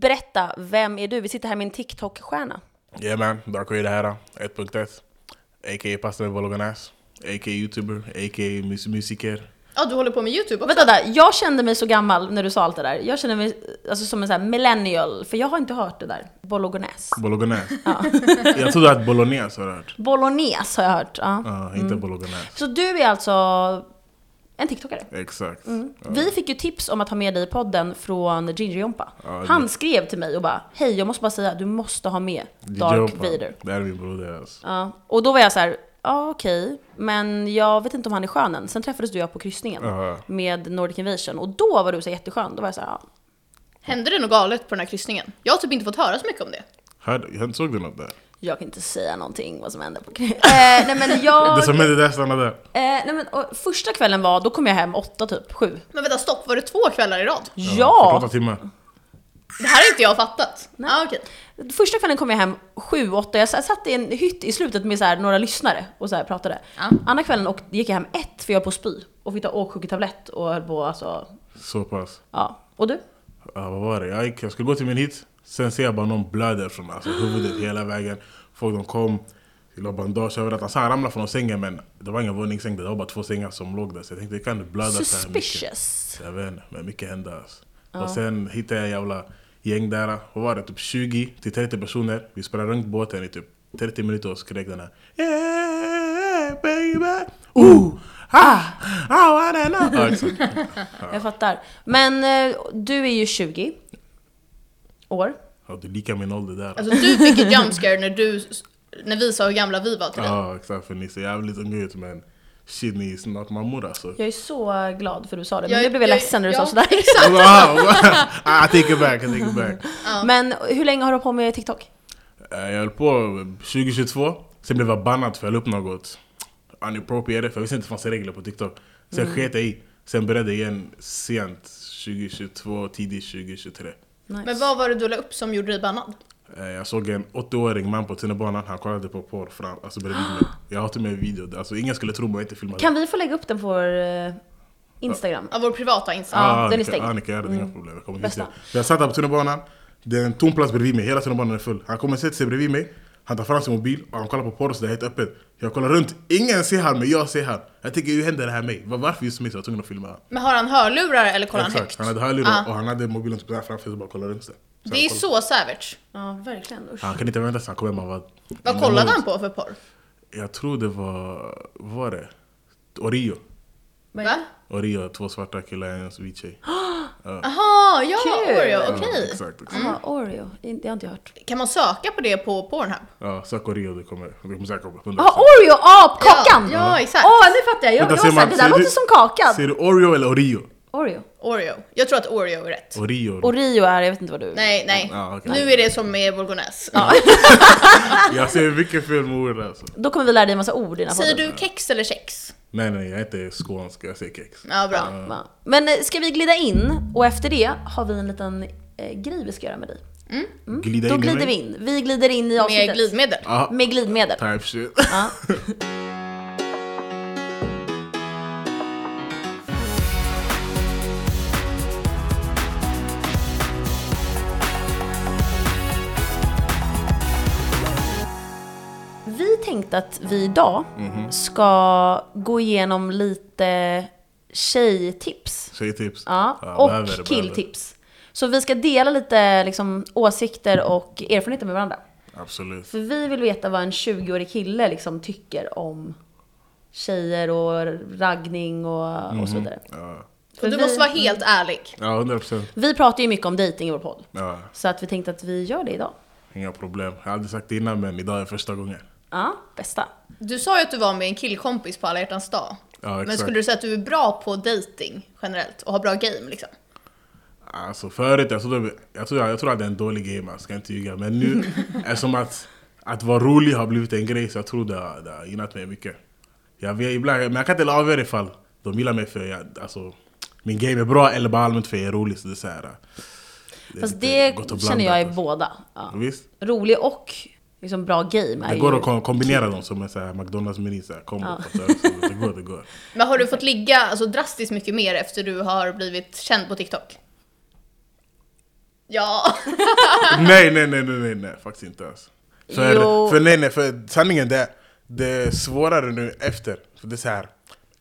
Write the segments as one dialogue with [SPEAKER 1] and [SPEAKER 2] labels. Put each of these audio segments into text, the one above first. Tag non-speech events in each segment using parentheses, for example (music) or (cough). [SPEAKER 1] Berätta, vem är du? Vi sitter här med en TikTok-stjärna.
[SPEAKER 2] Yeah man, Dark eh, Ray det här då. 1.1. A.k.a. Pastor Vologanas. A.k.a. YouTuber. A.k.a. mus- musiker.
[SPEAKER 3] Ja, du håller på med YouTube också?
[SPEAKER 1] Vänta där, jag kände mig så gammal när du sa allt det där. Jag kände mig alltså, som en sån här millennial, för jag har inte hört det där. Bolognese.
[SPEAKER 2] Bolognese.
[SPEAKER 1] (laughs)
[SPEAKER 2] (laughs) jag trodde att Bolognese har jag hört.
[SPEAKER 1] Bolognese har jag hört. Ja.
[SPEAKER 2] Ja, inte
[SPEAKER 1] Mm.
[SPEAKER 2] Bolognese.
[SPEAKER 1] Så du är alltså en TikTokare?
[SPEAKER 2] Exakt. Ja.
[SPEAKER 1] Vi fick ju tips om att ha med dig i podden från Ginger Jompa.
[SPEAKER 2] Ja, det-
[SPEAKER 1] Han skrev till mig och bara “Hej, jag måste bara säga, du måste ha med
[SPEAKER 2] DJ
[SPEAKER 1] Dark
[SPEAKER 2] Opa.
[SPEAKER 1] Vader”.
[SPEAKER 2] Det här är min broder alltså.
[SPEAKER 1] Ja. Och då var jag så här, ja okej, men jag vet inte om han är skön än. Sen träffades du och jag på kryssningen
[SPEAKER 2] Ja.
[SPEAKER 1] med Nordic Invasion och då var du så här jätteskön. Då var jag så här, ja.
[SPEAKER 3] Hände det något galet på den här kryssningen? Jag har typ inte fått höra så mycket om det.
[SPEAKER 2] Hörde- hörde- Såg du något där?
[SPEAKER 1] Jag kan inte säga någonting vad som hände på kryssningen. (laughs) eh, nej
[SPEAKER 2] (laughs)
[SPEAKER 1] men jag...
[SPEAKER 2] Det som hände där stannade Ah, där.
[SPEAKER 1] eh, nej men, och första kvällen var, då kom jag hem åtta typ, sju.
[SPEAKER 3] Men vänta, stopp, var det två kvällar i rad?
[SPEAKER 1] Ja!
[SPEAKER 2] 48 timmar.
[SPEAKER 3] Det här har inte jag fattat. Nej. Ah, okej.
[SPEAKER 1] Första kvällen kom jag hem sju, åtta. Jag satt i en hytt i slutet med så här några lyssnare och så här pratade.
[SPEAKER 3] Ja.
[SPEAKER 1] Andra kvällen och gick jag hem ett för jag höll på att spy. Och fick ta åksjuketablett och höll på alltså,
[SPEAKER 2] Så pass.
[SPEAKER 1] ja. Och du?
[SPEAKER 2] Ja, vad var det? Jag, gick, jag skulle gå till min hit, sen ser jag bara någon blöder från alltså, huvudet hela vägen. Folk de kom, vi la bandage överallt. Alltså, han ramlade från sängen men det var ingen våningssäng, där, det var bara två sängar som låg där. Så jag tänkte, det kan inte blöda så här mycket.
[SPEAKER 1] Suspicious.
[SPEAKER 2] Jag vet inte, men mycket hände alltså. Och sen hittade jag jävla gäng där, vad var det? Typ 20 till 30 personer. Vi sprang runt båten i typ 30 minuter och skrek den här Yeah baby! Ooh! Ah! Ah! What I know! Ja, exakt.
[SPEAKER 1] Jag fattar. Men eh, du är ju 20 år.
[SPEAKER 2] Ja, du är lika min ålder där.
[SPEAKER 3] Alltså du fick ett jumpscare när du, när vi sa hur gamla vi var till dig.
[SPEAKER 2] Ja exakt, för ni ser jävligt unga ut men shit ni är snart mammor alltså.
[SPEAKER 1] Jag är så glad för du sa det, men
[SPEAKER 3] Jag-
[SPEAKER 1] jag blev jag,
[SPEAKER 3] jag-
[SPEAKER 1] ledsen när du
[SPEAKER 3] ja.
[SPEAKER 1] sa
[SPEAKER 3] (laughs)
[SPEAKER 1] sådär. (laughs)
[SPEAKER 2] Jag bara, (laughs) wow, wow. I take it back, I take it back.
[SPEAKER 1] Men hur länge har du hållit på med TikTok?
[SPEAKER 2] Eh, Jag höll på 2022, sen blev jag bannad för jag la upp något unappropriated för jag visste inte att det fanns regler på TikTok. Sen sket jag i, sen började jag igen sent 2022, tidigt 2023.
[SPEAKER 1] Nice.
[SPEAKER 3] Men vad var det du la upp som gjorde dig bannad?
[SPEAKER 2] Eh, Jag såg en 80-årig man på tunnelbanan, han kollade på porr fram, alltså bredvid mig. Jag har till och med en video, alltså ingen skulle tro mig, jag har inte filmat
[SPEAKER 1] Kan vi få lägga upp den på vår eh, Instagram?
[SPEAKER 3] Av vår privata Instagram.
[SPEAKER 1] Ja, den är
[SPEAKER 2] ni kan-
[SPEAKER 1] stängd.
[SPEAKER 2] Ah, Ja, ni kan göra det,
[SPEAKER 3] Mm.
[SPEAKER 2] inga problem. Jag kommer inte
[SPEAKER 1] Bästa.
[SPEAKER 2] se. Jag satt här på tunnelbanan, det är en tom plats bredvid mig, hela tunnelbanan är full. Han kommer sätta sig bredvid mig, han tar fram sin mobil och han kollar på porr så det är helt öppet. Jag kollar runt, ingen ser han men jag ser han. Jag tänker hur händer det här mig? Var- Varför just mig? Så jag var tvungen att filma han.
[SPEAKER 3] Men har han hörlurar eller kollar han högt?
[SPEAKER 2] han hade hörlurar
[SPEAKER 3] Ja.
[SPEAKER 2] och han hade mobilen typ där framför sig och bara kollade runt sig. Så
[SPEAKER 3] Det är
[SPEAKER 2] jag kollade-
[SPEAKER 3] så savage.
[SPEAKER 1] Ja, verkligen. Usch.
[SPEAKER 2] Han kan inte vänta sig han kommer hem. han var-
[SPEAKER 3] Vad kollade han på för porr?
[SPEAKER 2] Jag tror det var, vad var det? Oreo.
[SPEAKER 1] Men-
[SPEAKER 3] Va?
[SPEAKER 2] Oreo, två svarta killar, en vit tjej.
[SPEAKER 3] Aha, ja,
[SPEAKER 1] Kul.
[SPEAKER 3] Oreo,
[SPEAKER 2] Ja,
[SPEAKER 3] okej. Ah.
[SPEAKER 2] Exakt, exakt.
[SPEAKER 3] Mm.
[SPEAKER 1] Ja, Oreo, In- det har inte jag hört.
[SPEAKER 3] Kan man söka på det på Pornhub?
[SPEAKER 2] Ja, sök Oreo, det kommer, det kommer säkert komma. 100%.
[SPEAKER 1] Ja, Oreo, ap, kakan!
[SPEAKER 3] Ja, ja, exakt.
[SPEAKER 1] Åh, nu fattar jag. Jag, jag var
[SPEAKER 2] Vänta,
[SPEAKER 1] såhär,
[SPEAKER 2] ser man-
[SPEAKER 1] det där
[SPEAKER 2] ser
[SPEAKER 1] låter
[SPEAKER 2] du-
[SPEAKER 1] som kakan.
[SPEAKER 2] Ser du Oreo eller Oreo?
[SPEAKER 1] Oreo.
[SPEAKER 3] Oreo. Jag tror att Oreo är rätt.
[SPEAKER 2] Oreo.
[SPEAKER 1] Oreo är, jag vet inte vad du...
[SPEAKER 3] Nej, nej.
[SPEAKER 2] Ja, okej.
[SPEAKER 3] Nu är det som med Bourgonese.
[SPEAKER 2] Jag ser mycket fel med ord alltså.
[SPEAKER 1] Då kommer vi lära dig en massa ord i den här
[SPEAKER 3] Säger
[SPEAKER 1] podden.
[SPEAKER 3] du kex eller kex?
[SPEAKER 2] Nej nej, jag är inte skånsk, jag säger kex.
[SPEAKER 3] Ja, bra.
[SPEAKER 1] Ja. Men eh, ska vi glida in och efter det har vi en liten eh, grej vi ska göra med dig.
[SPEAKER 2] Glida
[SPEAKER 1] Mm. Då
[SPEAKER 2] in i
[SPEAKER 1] glider
[SPEAKER 2] mig.
[SPEAKER 1] vi in. Vi glider in i avsnittet.
[SPEAKER 3] Med glidmedel.
[SPEAKER 2] Ja,
[SPEAKER 1] Med glidmedel.
[SPEAKER 2] type shit.
[SPEAKER 1] Ja. Vi tänkte att vi idag
[SPEAKER 2] Mhm.
[SPEAKER 1] ska gå igenom lite tjejtips.
[SPEAKER 2] (laughs) Tjejtips.
[SPEAKER 1] Ja,
[SPEAKER 2] behöver det,
[SPEAKER 1] och
[SPEAKER 2] behöver
[SPEAKER 1] killtips. Så vi ska dela lite liksom, åsikter och erfarenheter med varandra.
[SPEAKER 2] det. Absolut.
[SPEAKER 1] För vi vill veta vad en 20-årig kille liksom tycker om tjejer och raggning och, och
[SPEAKER 2] Mhm.
[SPEAKER 1] så vidare.
[SPEAKER 2] Ja,
[SPEAKER 1] För
[SPEAKER 3] Och du
[SPEAKER 1] vi,
[SPEAKER 3] måste vara helt ärlig.
[SPEAKER 2] ja 100%.
[SPEAKER 1] vi pratar ju mycket om dating i vår podd.
[SPEAKER 2] Ja,
[SPEAKER 1] Så att vi tänkte att vi gör det idag.
[SPEAKER 2] inga problem. Jag har aldrig sagt det innan men idag är första gången.
[SPEAKER 1] Ja, bästa.
[SPEAKER 3] Du sa ju att du var med en killkompis på alla hjärtans dag.
[SPEAKER 2] Ja, exakt.
[SPEAKER 3] Men skulle du säga att du är bra på dating generellt och har bra game liksom?
[SPEAKER 2] Alltså förut, jag trodde jag, trodde, jag trodde jag hade en dålig game, jag ska inte ljuga. Men nu, eftersom att, att vara rolig har blivit en grej så jag tror det har, det har gynnat mig mycket. Jag vet ibland, men jag kan inte avgöra ifall de gillar mig för jag, alltså, min game är bra eller bara allmänt för jag är rolig. Så det är så här, eh, det är
[SPEAKER 1] Fast
[SPEAKER 2] lite
[SPEAKER 1] det
[SPEAKER 2] gott och
[SPEAKER 1] känner jag är
[SPEAKER 2] blandat,
[SPEAKER 1] båda. Ja.
[SPEAKER 2] alltså. Visst?
[SPEAKER 1] Rolig och liksom, bra game är
[SPEAKER 2] Det går
[SPEAKER 1] ju...
[SPEAKER 2] att kom- kombinera dem som en så här McDonalds meny, så här, kombo. fattar du? Så Det går, det går.
[SPEAKER 3] Men har du fått ligga alltså, drastiskt mycket mer efter du har blivit känd på
[SPEAKER 2] (laughs)
[SPEAKER 3] TikTok? Ja.
[SPEAKER 2] Nej, nej, nej, nej, nej, nej, faktiskt inte alls. För,
[SPEAKER 1] Jo.
[SPEAKER 2] för nej, nej, för sanningen det, det är svårare nu efter. För det är så här.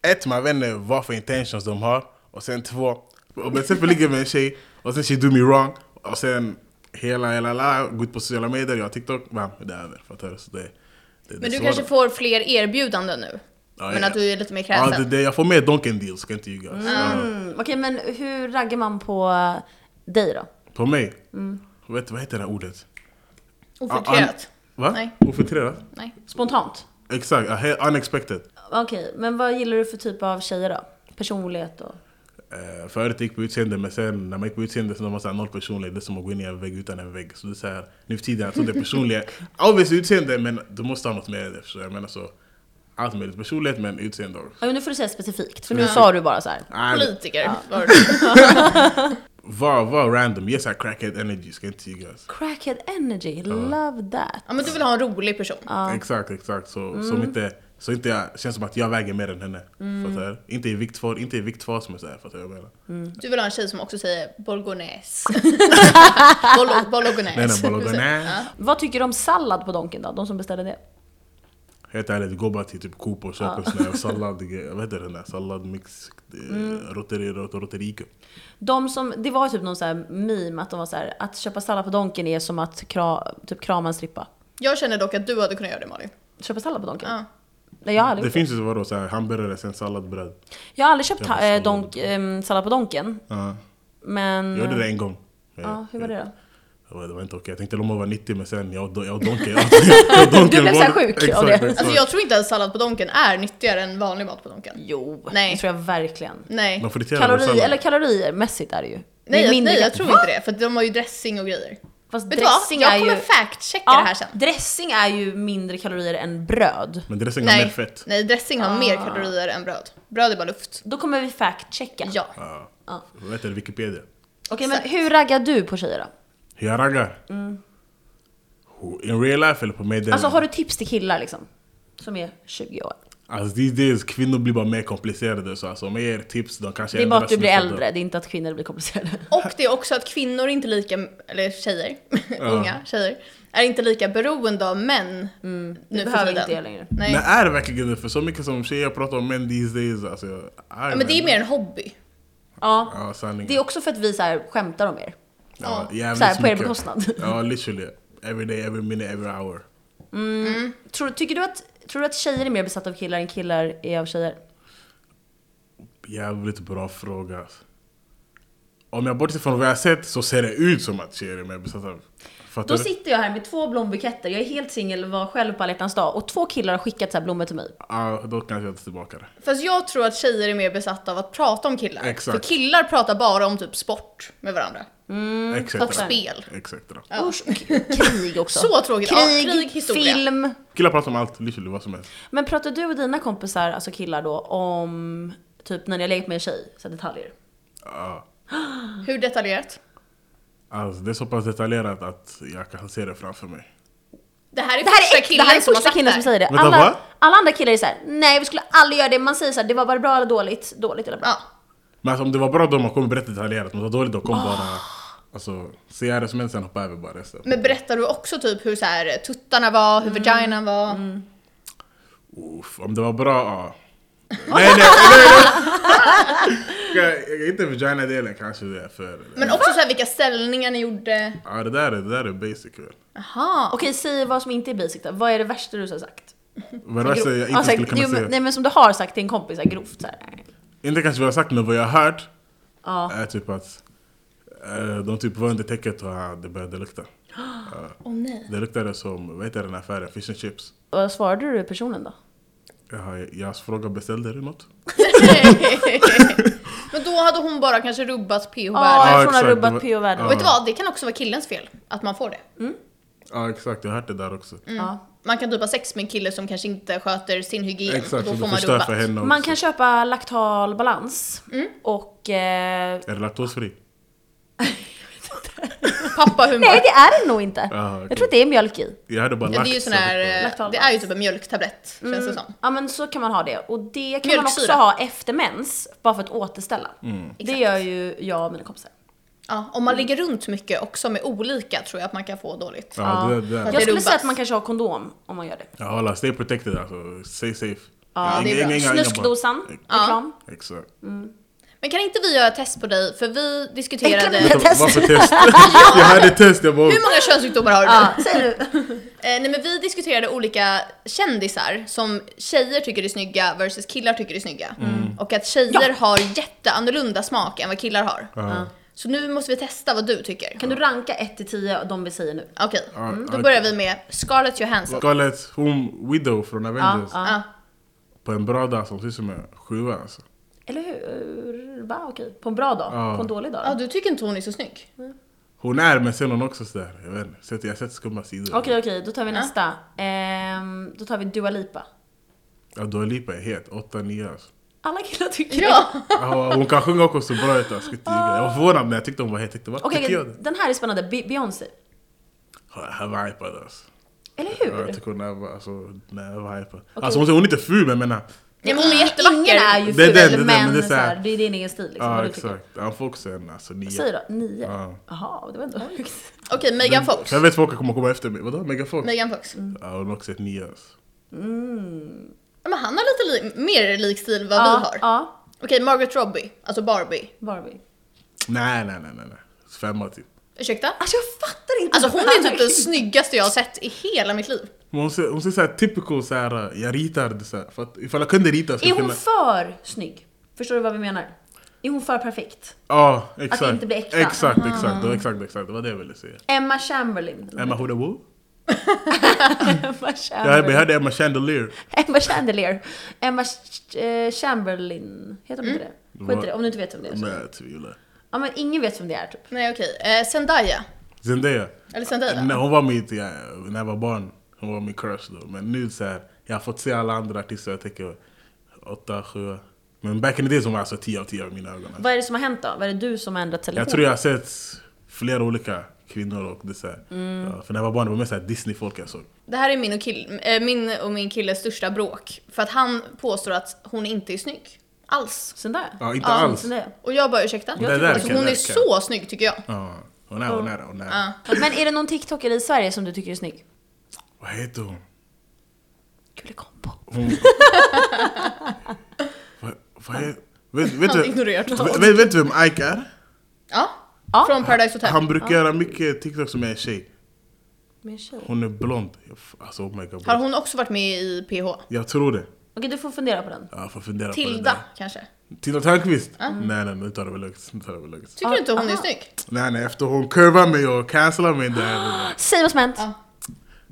[SPEAKER 2] ett, man vet inte vad för intentions de har. Och sen två, om jag till ligger med en tjej och sen she do me wrong. Och sen hela, hela, la, gå ut på sociala medier, jag har TikTok, bam, det är över. Fattar du? Så det, det, det är
[SPEAKER 3] Men du
[SPEAKER 2] svårare.
[SPEAKER 3] kanske får fler erbjudanden nu?
[SPEAKER 2] Ja,
[SPEAKER 3] men
[SPEAKER 2] ja.
[SPEAKER 3] att du är lite mer kräsen?
[SPEAKER 2] Ja, det, det, jag får mer Donken deals, ska inte ljuga. Så,
[SPEAKER 1] Mm, Okej, men hur raggar man på dig då?
[SPEAKER 2] På mig?
[SPEAKER 3] Mm.
[SPEAKER 2] Vet, vad heter det här ordet? Ah,
[SPEAKER 3] Ofiltrerat?
[SPEAKER 2] Va?
[SPEAKER 3] Nej.
[SPEAKER 2] Ofiltrerat?
[SPEAKER 3] Nej.
[SPEAKER 1] Spontant?
[SPEAKER 2] Exakt, uh, he- unexpected.
[SPEAKER 1] Okej, men vad gillar du för typ av tjejer då? Personlighet och...
[SPEAKER 2] Eh, förut gick på utseende, men sen när man gick på utseende så var man såhär noll personlighet. Det är som att gå in i en vägg utan en vägg. Så det är såhär, nu för tiden, jag tror det är personlighet. Obviously utseende, men du måste ha något med det. Förstår du? jag menar så. Allt möjligt. Personlighet, men utseende också.
[SPEAKER 1] Ja, men nu får du säga specifikt, för nu sa du bara så här.
[SPEAKER 2] Ah,
[SPEAKER 3] Politiker var det.
[SPEAKER 2] Var, var random. Ge såhär crackhead energy, ska inte ljuga. alltså.
[SPEAKER 1] Crackhead energy, love that.
[SPEAKER 3] Ja men du vill ha en rolig person.
[SPEAKER 2] Exakt, exakt. Så, som inte, så inte jag känns som att jag väger mer än henne. Fattar du? Inte i viktfas, inte i viktfas, men såhär, fattar du vad jag menar?
[SPEAKER 3] Du vill ha en tjej som också säger
[SPEAKER 1] (laughs)
[SPEAKER 3] bolognese. Bolo- bolognese.
[SPEAKER 2] Nej, nej,
[SPEAKER 3] (laughs)
[SPEAKER 2] bolognese.
[SPEAKER 3] Ja.
[SPEAKER 1] Vad tycker du om sallad på Donken då? De som beställer det.
[SPEAKER 2] Helt ärligt, gå bara till typ Coop och köp en
[SPEAKER 1] (laughs)
[SPEAKER 2] sån här sallad, vad heter den där? Salladmix,
[SPEAKER 1] Mm.
[SPEAKER 2] eh, roteri, rot- roterico.
[SPEAKER 1] De som, det var typ någon så här meme att de var så här, att köpa sallad på Donken är som att kra, typ krama en strippa.
[SPEAKER 3] Jag känner dock att du hade kunnat göra det Malin.
[SPEAKER 1] Köpa sallad på Donken?
[SPEAKER 3] Ja.
[SPEAKER 1] Nej, jag har aldrig
[SPEAKER 2] Det
[SPEAKER 1] gjort det.
[SPEAKER 2] finns ju vadå, så här hamburgare, sen salladbröd.
[SPEAKER 1] Jag har aldrig köpt
[SPEAKER 2] Jag
[SPEAKER 1] ha,
[SPEAKER 2] förstår.
[SPEAKER 1] eh, donk, ehm, sallad på Donken,
[SPEAKER 2] Ja.
[SPEAKER 1] men...
[SPEAKER 2] Jag gjorde det en gång. Men
[SPEAKER 1] Mm. Ja, hur var det då?
[SPEAKER 2] Jag, det var inte okej, jag tänkte lomma var 90 men sen
[SPEAKER 1] (laughs)
[SPEAKER 2] jag och jag och Donken... Jag, jag, och donken
[SPEAKER 1] Du blev så här
[SPEAKER 2] var-
[SPEAKER 1] sjuk av
[SPEAKER 2] exakt,
[SPEAKER 1] det.
[SPEAKER 2] Exakt.
[SPEAKER 3] Alltså jag tror inte att sallad på donken är nyttigare än vanlig mat på donken.
[SPEAKER 1] Jo,
[SPEAKER 3] Nej.
[SPEAKER 1] det tror jag verkligen.
[SPEAKER 3] Nej.
[SPEAKER 2] Man friterar
[SPEAKER 1] Kalori,
[SPEAKER 2] sallad.
[SPEAKER 1] eller kaloriermässigt är det ju. Det är
[SPEAKER 3] Nej, jag,
[SPEAKER 1] mindre
[SPEAKER 3] nej jag
[SPEAKER 1] ka-
[SPEAKER 3] tror
[SPEAKER 1] Va?
[SPEAKER 3] inte det. För de har ju dressing och grejer.
[SPEAKER 1] Fast
[SPEAKER 3] Vet du vad?
[SPEAKER 1] dressing är
[SPEAKER 3] Jag
[SPEAKER 1] ju...
[SPEAKER 3] kommer fact-checka
[SPEAKER 1] Ja,
[SPEAKER 3] det här sen.
[SPEAKER 1] dressing är ju mindre kalorier än bröd.
[SPEAKER 2] Men det är mer
[SPEAKER 3] Nej.
[SPEAKER 2] fett.
[SPEAKER 3] nej, dressing har mer
[SPEAKER 1] Ah.
[SPEAKER 3] kalorier än bröd. Bröd är bara luft.
[SPEAKER 1] Då kommer vi fact-checka.
[SPEAKER 3] Ja.
[SPEAKER 2] Ja.
[SPEAKER 1] Ja.
[SPEAKER 2] Vad heter det? Wikipedia.
[SPEAKER 1] Okej,
[SPEAKER 3] Exakt.
[SPEAKER 1] men hur raggar du på tjejer då?
[SPEAKER 2] Hur jag raggar? Who- In real life eller på meddelanden?
[SPEAKER 1] Mm. Alltså har du tips till killar liksom? Som är 20 år.
[SPEAKER 2] Alltså these days, kvinnor blir bara mer komplicerade så alltså, om jag ger tips de kanske
[SPEAKER 1] Det är bara att du blir
[SPEAKER 2] ändrar sig.
[SPEAKER 1] äldre, det är inte att kvinnor blir komplicerade. (laughs)
[SPEAKER 3] Och det är också att kvinnor inte lika, eller tjejer, (laughs) unga tjejer, är inte lika beroende av män nu
[SPEAKER 1] Du
[SPEAKER 3] för
[SPEAKER 1] Mm. behöver
[SPEAKER 3] tiden.
[SPEAKER 1] inte det längre.
[SPEAKER 3] Nej.
[SPEAKER 2] Men är det verkligen det? För så mycket som tjejer pratar om män these days, alltså... jag-
[SPEAKER 3] Ja, men det är mer en hobby.
[SPEAKER 1] Ja.
[SPEAKER 2] Ja, sanningen.
[SPEAKER 1] Det är också för att vi så här skämtar om er.
[SPEAKER 2] ja, jävligt
[SPEAKER 1] Så här, på er
[SPEAKER 2] mycket.
[SPEAKER 1] bekostnad.
[SPEAKER 2] (laughs) Ja, literally. Every day, every minute, every hour.
[SPEAKER 1] Tror, tycker du att, tror du att tjejer är mer besatta av killar än killar är av tjejer?
[SPEAKER 2] Jävligt bra fråga. alltså. Om jag bortser från vad jag har sett så ser det ut som att tjejer är mer besatta av... Fattar
[SPEAKER 1] Då
[SPEAKER 2] du?
[SPEAKER 1] sitter jag här med två blombuketter, jag är helt singel, var själv på alla hjärtans dag och två killar har skickat så här blommor till mig.
[SPEAKER 2] Ja, då kanske jag tar tillbaka det.
[SPEAKER 3] Fast jag tror att tjejer är mer besatta av att prata om killar.
[SPEAKER 2] Exakt.
[SPEAKER 3] För killar pratar bara om typ sport med varandra.
[SPEAKER 1] Mm,
[SPEAKER 2] Exakt.
[SPEAKER 3] Och spel.
[SPEAKER 2] Exakt.
[SPEAKER 1] Usch, k-
[SPEAKER 3] (laughs)
[SPEAKER 1] krig också.
[SPEAKER 3] Så tråkigt. Ja,
[SPEAKER 1] Krig,
[SPEAKER 3] krig, historia.
[SPEAKER 1] film.
[SPEAKER 2] Killar pratar om allt, literally vad som helst.
[SPEAKER 1] Men pratar du och dina kompisar, alltså killar då, om typ när ni har legat med en tjej, så här detaljer?
[SPEAKER 2] Ja.
[SPEAKER 3] Hur detaljerat?
[SPEAKER 2] Alltså, det är så pass detaljerat att jag kan se det framför mig.
[SPEAKER 3] Det här är
[SPEAKER 1] Det här
[SPEAKER 3] första
[SPEAKER 1] är, äkta, det
[SPEAKER 3] killen
[SPEAKER 1] här är
[SPEAKER 3] som har
[SPEAKER 1] första
[SPEAKER 3] sagt
[SPEAKER 1] killen som
[SPEAKER 3] det här.
[SPEAKER 1] säger det.
[SPEAKER 2] Vänta, vad?
[SPEAKER 1] Alla, alla andra killar är såhär, nej vi skulle aldrig göra det, man säger såhär, det var bara bra eller dåligt, dåligt eller bra.
[SPEAKER 3] Ja.
[SPEAKER 2] Men alltså, om det var bra då, man kommer berätta detaljerat. Om det var dåligt, då kommer bara... Alltså, se det som en sen hoppa över bara resten.
[SPEAKER 3] Men berättar du också typ hur så här, tuttarna var,
[SPEAKER 1] Mm.
[SPEAKER 3] hur vaginan var?
[SPEAKER 2] Uff, om det var bra, ja. Nej, nej, nej, nej. Ska- Inte vagina-delen kanske det är för...
[SPEAKER 3] Men också så här, vilka ställningar ni gjorde.
[SPEAKER 2] Ja, det där, är- det där är basic väl. (laughs)
[SPEAKER 3] Jaha.
[SPEAKER 1] Okej, säg vad som inte är basic då. Vad är det värsta du har sagt?
[SPEAKER 2] Men det värsta jag
[SPEAKER 1] Ja,
[SPEAKER 2] inte
[SPEAKER 1] så här,
[SPEAKER 2] skulle kunna
[SPEAKER 1] jo, men-
[SPEAKER 2] säga.
[SPEAKER 1] Nej men som du har sagt till en kompis, så här, grovt så här.
[SPEAKER 2] Inte kanske vad jag har sagt, men vad jag har hört
[SPEAKER 1] Ja.
[SPEAKER 2] är typ att eh, de typ var under täcket och ah, det började lukta. Ja,
[SPEAKER 3] Åh nej.
[SPEAKER 2] det luktade som, vad heter den här affären? Fish and chips.
[SPEAKER 1] Vad svarade du personen då?
[SPEAKER 2] Jaha, jag, jag frågade, beställde du något?
[SPEAKER 3] Men då hade hon bara kanske rubbat
[SPEAKER 1] Ja,
[SPEAKER 3] pH-värdet.
[SPEAKER 1] jag
[SPEAKER 2] Ja,
[SPEAKER 1] tror hon har
[SPEAKER 2] exakt.
[SPEAKER 1] rubbat
[SPEAKER 2] Det var-
[SPEAKER 1] PO-värdet.
[SPEAKER 2] ja.
[SPEAKER 3] Och vet du vad? Det kan också vara killens fel att man får det.
[SPEAKER 2] Ja, exakt. Jag har hört det där också.
[SPEAKER 1] Ja.
[SPEAKER 3] Man kan typ ha sex med en kille som kanske inte sköter sin hygien.
[SPEAKER 2] Exakt,
[SPEAKER 3] då
[SPEAKER 2] så
[SPEAKER 3] får
[SPEAKER 2] det
[SPEAKER 3] man
[SPEAKER 2] förstör
[SPEAKER 3] rubbat.
[SPEAKER 2] för henne också.
[SPEAKER 1] Man kan köpa laktal balans
[SPEAKER 3] Mm.
[SPEAKER 1] och... Eh,
[SPEAKER 2] Är det laktosfri?
[SPEAKER 3] (laughs) Pappa humör.
[SPEAKER 1] nej det är det nog inte.
[SPEAKER 2] Ja, Ah, okej.
[SPEAKER 1] Jag tror att det är mjölk i.
[SPEAKER 2] Jag hade bara
[SPEAKER 3] Ja,
[SPEAKER 2] lagt
[SPEAKER 3] det är ju sån
[SPEAKER 2] så
[SPEAKER 3] här,
[SPEAKER 2] det-
[SPEAKER 1] Laktalvas.
[SPEAKER 3] eh, det är ju typ en mjölktablett känns det som.
[SPEAKER 1] Ja men så kan man ha det. Och det kan man också
[SPEAKER 3] Mjölksyra.
[SPEAKER 2] Mm.
[SPEAKER 1] ha efter mens, bara för att återställa. Det
[SPEAKER 3] Exakt.
[SPEAKER 1] gör ju jag och mina kompisar.
[SPEAKER 3] Ja, om man ligger runt mycket och som är olika tror jag att man kan få dåligt.
[SPEAKER 2] Ja, det, det.
[SPEAKER 1] Jag skulle
[SPEAKER 3] rubbas.
[SPEAKER 1] säga att man kanske har kondom om man gör det.
[SPEAKER 2] Ja, alla, stay protected alltså. Stay safe.
[SPEAKER 1] Ja,
[SPEAKER 3] det är bra.
[SPEAKER 1] Snuskdosan, reklam.
[SPEAKER 2] Exakt.
[SPEAKER 3] Men kan inte vi göra ett test på dig? För vi diskuterade...
[SPEAKER 1] Jag testar.
[SPEAKER 2] Varför
[SPEAKER 3] (laughs)
[SPEAKER 2] test? jag hade test, jag bara...
[SPEAKER 3] Hur många könssjukdomar har du?
[SPEAKER 1] Ja, säg du.
[SPEAKER 3] Eh, nej men vi diskuterade olika kändisar som tjejer tycker är snygga versus killar tycker är snygga.
[SPEAKER 2] Mm.
[SPEAKER 3] Och att tjejer har jätteannorlunda smak än vad killar har.
[SPEAKER 2] Ja.
[SPEAKER 3] Så nu måste vi testa vad du
[SPEAKER 1] (laughs)
[SPEAKER 3] tycker.
[SPEAKER 1] Kan du ranka 1 till 10 och de vi säger nu?
[SPEAKER 3] Okej, Mm,
[SPEAKER 2] Ja,
[SPEAKER 3] då
[SPEAKER 2] okej.
[SPEAKER 3] börjar vi med Scarlett Johansson.
[SPEAKER 2] Scarlett, hon widow från Avengers.
[SPEAKER 1] Ja,
[SPEAKER 3] Ja.
[SPEAKER 2] På en bra dag som ser ut som en sjua alltså.
[SPEAKER 1] Eller hur? Va, okej. På en bra dag?
[SPEAKER 2] Ja.
[SPEAKER 1] På en dålig dag?
[SPEAKER 3] ja, du tycker inte hon är så snygg?
[SPEAKER 2] Hon är men sen hon också sådär, jag vet inte. Sett- Jag har sett skumma sidor.
[SPEAKER 1] Okej, okej. Då tar vi nästa. Ehm, då tar vi Dua Lipa.
[SPEAKER 2] Ja, Dua Lipa är het, 8-9 alltså.
[SPEAKER 1] Alla killar tycker det.
[SPEAKER 3] Ja!
[SPEAKER 2] Ja, Hon kan sjunga också så bra ut, jag ska inte ljuga. Jag var förvånad när jag tyckte hon var het. Jag Tänkte, vad
[SPEAKER 1] Okej,
[SPEAKER 2] tycker
[SPEAKER 1] okej,
[SPEAKER 2] jag? det?
[SPEAKER 1] den här är spännande. Be- Beyoncé.
[SPEAKER 2] Ja, Jag var hypad alltså.
[SPEAKER 1] Eller
[SPEAKER 2] Ja, jag
[SPEAKER 1] hur?
[SPEAKER 2] tycker hon är, alltså, nej, jag var hypad. Alltså hon, hon är inte ful men jag menar.
[SPEAKER 3] Ja, men hon är jättevacker.
[SPEAKER 1] Ah, Ingen är ju
[SPEAKER 2] Det är
[SPEAKER 1] ful,
[SPEAKER 2] den, det är den,
[SPEAKER 1] men, det,
[SPEAKER 2] men det
[SPEAKER 1] är
[SPEAKER 2] är
[SPEAKER 1] så
[SPEAKER 2] så här-
[SPEAKER 1] det är din egen stil liksom.
[SPEAKER 2] Ja
[SPEAKER 1] vad du tycker.
[SPEAKER 2] exakt. Han får också en alltså nia.
[SPEAKER 1] Säg då, nio.
[SPEAKER 2] Ja.
[SPEAKER 1] Jaha, det var ändå högt.
[SPEAKER 3] Okej, Megan Fox.
[SPEAKER 2] Jag vet folk kommer komma efter mig. Vadå Megan Fox?
[SPEAKER 3] Megan Fox.
[SPEAKER 2] Ja, hon har också ett nia alltså.
[SPEAKER 3] Ja, Men han har lite li- mer lik stil än vad
[SPEAKER 1] ja,
[SPEAKER 3] vi har.
[SPEAKER 1] Ja,
[SPEAKER 3] Okej, Margaret Robbie, alltså Barbie.
[SPEAKER 1] Barbie.
[SPEAKER 2] Nej, nej, nej, nej. nej. Femma typ.
[SPEAKER 3] Ursäkta?
[SPEAKER 1] Alltså jag fattar inte.
[SPEAKER 3] Alltså
[SPEAKER 1] vad
[SPEAKER 3] hon är
[SPEAKER 1] det
[SPEAKER 3] typ (laughs)
[SPEAKER 1] här
[SPEAKER 3] den snyggaste jag har sett i hela mitt liv.
[SPEAKER 2] Men hon ser, hon ser såhär typical såhär, jag ritar det såhär. För att ifall jag kunde rita skulle
[SPEAKER 1] Är
[SPEAKER 2] jag
[SPEAKER 1] hon
[SPEAKER 2] kunna...
[SPEAKER 1] för snygg? Förstår du vad vi menar? Är hon för perfekt?
[SPEAKER 2] Ja, exakt.
[SPEAKER 1] inte blir äkta. Ah.
[SPEAKER 2] Exakt, exakt, det var exakt, exakt. Det var det jag ville säga.
[SPEAKER 1] Emma Chamberlain.
[SPEAKER 2] Emma Huda Woo?
[SPEAKER 1] (laughs) Emma
[SPEAKER 2] Jag hörde- jag
[SPEAKER 1] Chamberlain.
[SPEAKER 2] hörde Emma Chandelier.
[SPEAKER 1] Emma Chandelier. Emma Ch- eh, Chamberlain. Heter hon inte det? Skit i det, om du inte vet vem det är.
[SPEAKER 2] Men jag tvivlar.
[SPEAKER 1] Ja men ingen vet vem det är typ.
[SPEAKER 3] Nej okej, eh, Zendaya.
[SPEAKER 2] Zendaya.
[SPEAKER 3] Eller Zendaya.
[SPEAKER 2] Nej, hon var mitt, ja, när jag var barn, hon var min crush då. Men nu såhär, jag har fått se alla andra artister, jag tänker 8, 7. Men back in the days hon var alltså 10 av 10 i mina ögon.
[SPEAKER 1] Vad är det som har hänt då? Vad är det du som har ändrat telefon?
[SPEAKER 2] Jag tror jag har sett flera olika kvinnor och det så här.
[SPEAKER 3] Mm.
[SPEAKER 2] Ja, För när jag var barn det var mest så här Disney-folk jag såg.
[SPEAKER 3] Det här är min och, kill, eh, min och min killes största bråk. För att han påstår att hon inte är snygg. Alls.
[SPEAKER 1] Sen där?
[SPEAKER 2] Ja, inte
[SPEAKER 3] Ja,
[SPEAKER 2] alls.
[SPEAKER 1] Sen där.
[SPEAKER 3] Och jag bara ursäkta?
[SPEAKER 2] Det där
[SPEAKER 3] alltså,
[SPEAKER 2] kan-
[SPEAKER 3] hon
[SPEAKER 2] det
[SPEAKER 3] är
[SPEAKER 2] kan.
[SPEAKER 3] så snygg tycker jag.
[SPEAKER 2] Ja, hon är, hon är, hon är.
[SPEAKER 3] Ja.
[SPEAKER 1] Men är det någon TikToker i Sverige som du tycker är snygg?
[SPEAKER 2] Vad heter hon?
[SPEAKER 1] Kulikombo.
[SPEAKER 2] hon... vad, vad är... Vet, vet,
[SPEAKER 3] Han
[SPEAKER 2] du-
[SPEAKER 3] ignorerar totalt.
[SPEAKER 2] vet, vet, vet du vem Ike är?
[SPEAKER 3] Ja.
[SPEAKER 1] Ja.
[SPEAKER 3] Från Paradise Hotel.
[SPEAKER 2] Han brukar göra mycket TikTok som är en tjej.
[SPEAKER 1] Min tjej. Okej,
[SPEAKER 2] Hon är blond. Jag f- Alltså oh my god.
[SPEAKER 3] Har hon också varit med i PH?
[SPEAKER 2] Jag tror det.
[SPEAKER 1] du får fundera på den.
[SPEAKER 2] Jag får fundera på det
[SPEAKER 3] Tilda
[SPEAKER 2] där.
[SPEAKER 3] kanske?
[SPEAKER 2] Tilda Törnqvist? Nej nej, nu tar det väl lugnt. Nu tar det väl lugnt.
[SPEAKER 3] Tycker
[SPEAKER 1] Ja,
[SPEAKER 3] du inte hon är
[SPEAKER 1] aha.
[SPEAKER 3] snygg?
[SPEAKER 2] Nej nej, efter hon kurvade mig och cancellade mig där.
[SPEAKER 1] (gasps) Säg vad som hänt.
[SPEAKER 3] Ja.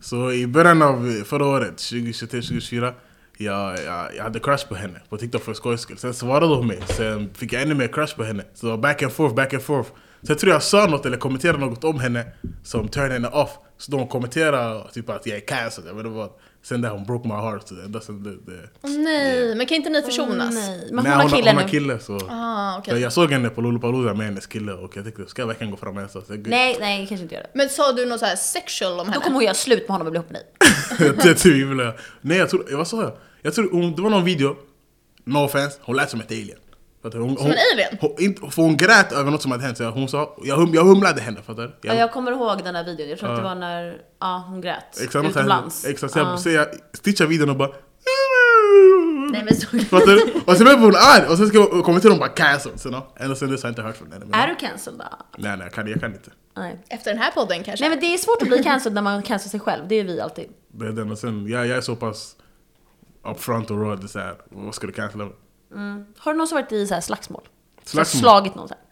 [SPEAKER 2] Så i början av eh, förra året, 2023-2024 jag, jag, jag hade crush på henne på TikTok för skojs skull Sen svarade hon mig, sen fick jag ännu mer crush på henne Så det var back and forth, back and forth Sen tror jag jag sa något eller kommenterade något om henne Som turn henne off Så de kommenterade typ att jag är cancelled, jag vet inte vad Sen där hon broke my heart så det, doesn't, det, det.
[SPEAKER 3] Åh nej, men kan inte ni försonas?
[SPEAKER 1] Nej, men hon
[SPEAKER 2] Nej,
[SPEAKER 1] har kille
[SPEAKER 2] hon
[SPEAKER 1] nu.
[SPEAKER 2] har kille så
[SPEAKER 3] Ah, okej.
[SPEAKER 2] jag, jag såg henne på Lollapalooza med hennes kille och jag tänkte ska jag verkligen gå fram och hälsa? Så jag-
[SPEAKER 1] Nej, nej, kanske inte gör det.
[SPEAKER 3] Men sa du något så här sexual om
[SPEAKER 1] Då
[SPEAKER 3] henne?
[SPEAKER 1] kommer hon göra slut med honom och bli ihop med dig.
[SPEAKER 2] det tvivlar (laughs) jag. Nej, jag tror, vad sa jag? Jag tror, hon, det var någon video, no offense, hon lät som ett alien. Fattar du? Hon, som
[SPEAKER 3] en alien?
[SPEAKER 2] Hon, inte, för hon grät över något som hade hänt, så jag- hon sa, jag, hum, jag humlade henne, fattar du?
[SPEAKER 1] Ja,
[SPEAKER 2] Jag-
[SPEAKER 1] jag kommer ihåg den här videon. Jag tror att det var när ja, hon grät
[SPEAKER 2] Exakt, något så här-
[SPEAKER 1] utomlands.
[SPEAKER 2] Exakt, så
[SPEAKER 1] Ja.
[SPEAKER 2] jag, så jag stitchar videon och bara...
[SPEAKER 1] Nej, men så...
[SPEAKER 2] (laughs) Fattar du? Och sen blev hon arg, och sen ska hon kommentera och bara cancel. Så, no. Ända sen dess har jag inte hört från henne. men-
[SPEAKER 1] Är du cancelled då?
[SPEAKER 2] Nej, nej, jag kan, jag kan inte.
[SPEAKER 1] Nej.
[SPEAKER 3] Efter den här podden kanske?
[SPEAKER 1] Nej men det är svårt att bli cancelled när man cancelar sig själv. Det är vi alltid.
[SPEAKER 2] Det är den. Och sen, jag, jag är så pass upfront och raw, det är så här, vad ska du cancella?
[SPEAKER 1] Har du någonsin varit i så här slagsmål?
[SPEAKER 2] Slagsmål?
[SPEAKER 1] Slagit någon så här.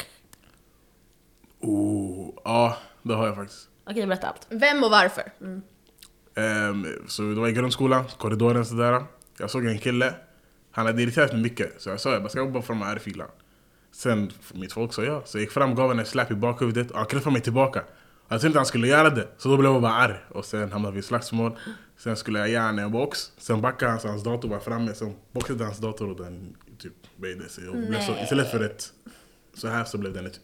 [SPEAKER 2] Oh, ja, det har jag faktiskt.
[SPEAKER 1] Okej, berätta allt.
[SPEAKER 3] Vem och varför?
[SPEAKER 2] Ehm, så det var i grundskolan, korridoren sådär. Jag såg en kille, han hade irriterat mig mycket. Så jag sa jag bara, ska jag bara fram och ärfila? Sen mitt folk sa ja. Så jag gick fram, gav henne en slapp i bakhuvudet och han knuffade mig tillbaka. Jag trodde inte han skulle göra det, så då blev jag bara arg. Och sen hamnade vi i slagsmål. Sen skulle jag ge honom en box. Sen backade han så hans dator var framme. Sen boxade hans dator och den typ böjde sig. Och blev så,
[SPEAKER 1] Nej.
[SPEAKER 2] istället för ett så här så blev den ett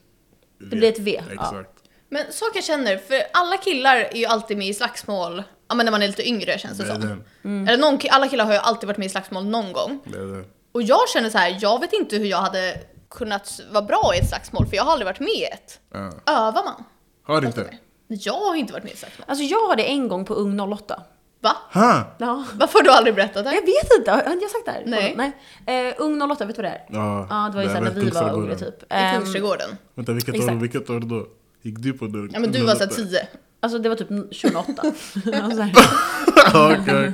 [SPEAKER 2] V.
[SPEAKER 1] Det blev ett V, ja.
[SPEAKER 2] Exakt.
[SPEAKER 3] Men saker jag känner, för alla killar är ju alltid med i slagsmål, ja men när man är lite yngre känns det,
[SPEAKER 2] Det är
[SPEAKER 3] som.
[SPEAKER 2] den.
[SPEAKER 3] Eller någon, ki- alla killar har ju alltid varit med i slagsmål någon gång.
[SPEAKER 2] Det är det.
[SPEAKER 3] Och jag känner så här, jag vet inte hur jag hade kunnat vara bra i ett slagsmål, för jag har aldrig varit med i ett.
[SPEAKER 2] Ja.
[SPEAKER 3] Övar man?
[SPEAKER 2] Har inte?
[SPEAKER 3] Men Jag har inte varit med i ett slagsmål.
[SPEAKER 1] Alltså jag har det en gång på Ung 08.
[SPEAKER 3] Va?
[SPEAKER 2] Ha!
[SPEAKER 1] Ja.
[SPEAKER 3] Varför har du aldrig berättat det?
[SPEAKER 1] Jag vet inte, har jag sagt det här?
[SPEAKER 3] Nej.
[SPEAKER 1] Nej. Eh, ung 08, vet du vad det är?
[SPEAKER 2] Ja,
[SPEAKER 1] Ja, det var ju
[SPEAKER 2] där
[SPEAKER 1] såhär när
[SPEAKER 2] vid
[SPEAKER 1] vi var
[SPEAKER 2] Kungsträdgården.
[SPEAKER 1] unga typ.
[SPEAKER 3] I
[SPEAKER 1] Ehm,
[SPEAKER 3] Kungsträdgården.
[SPEAKER 2] Vänta, vilket år,
[SPEAKER 1] Exakt.
[SPEAKER 2] vilket år då? Gick du på dörren?
[SPEAKER 3] Ja men du var såhär 10.
[SPEAKER 1] alltså det var typ 28. Ja, så här.
[SPEAKER 2] (laughs) Ja, okej.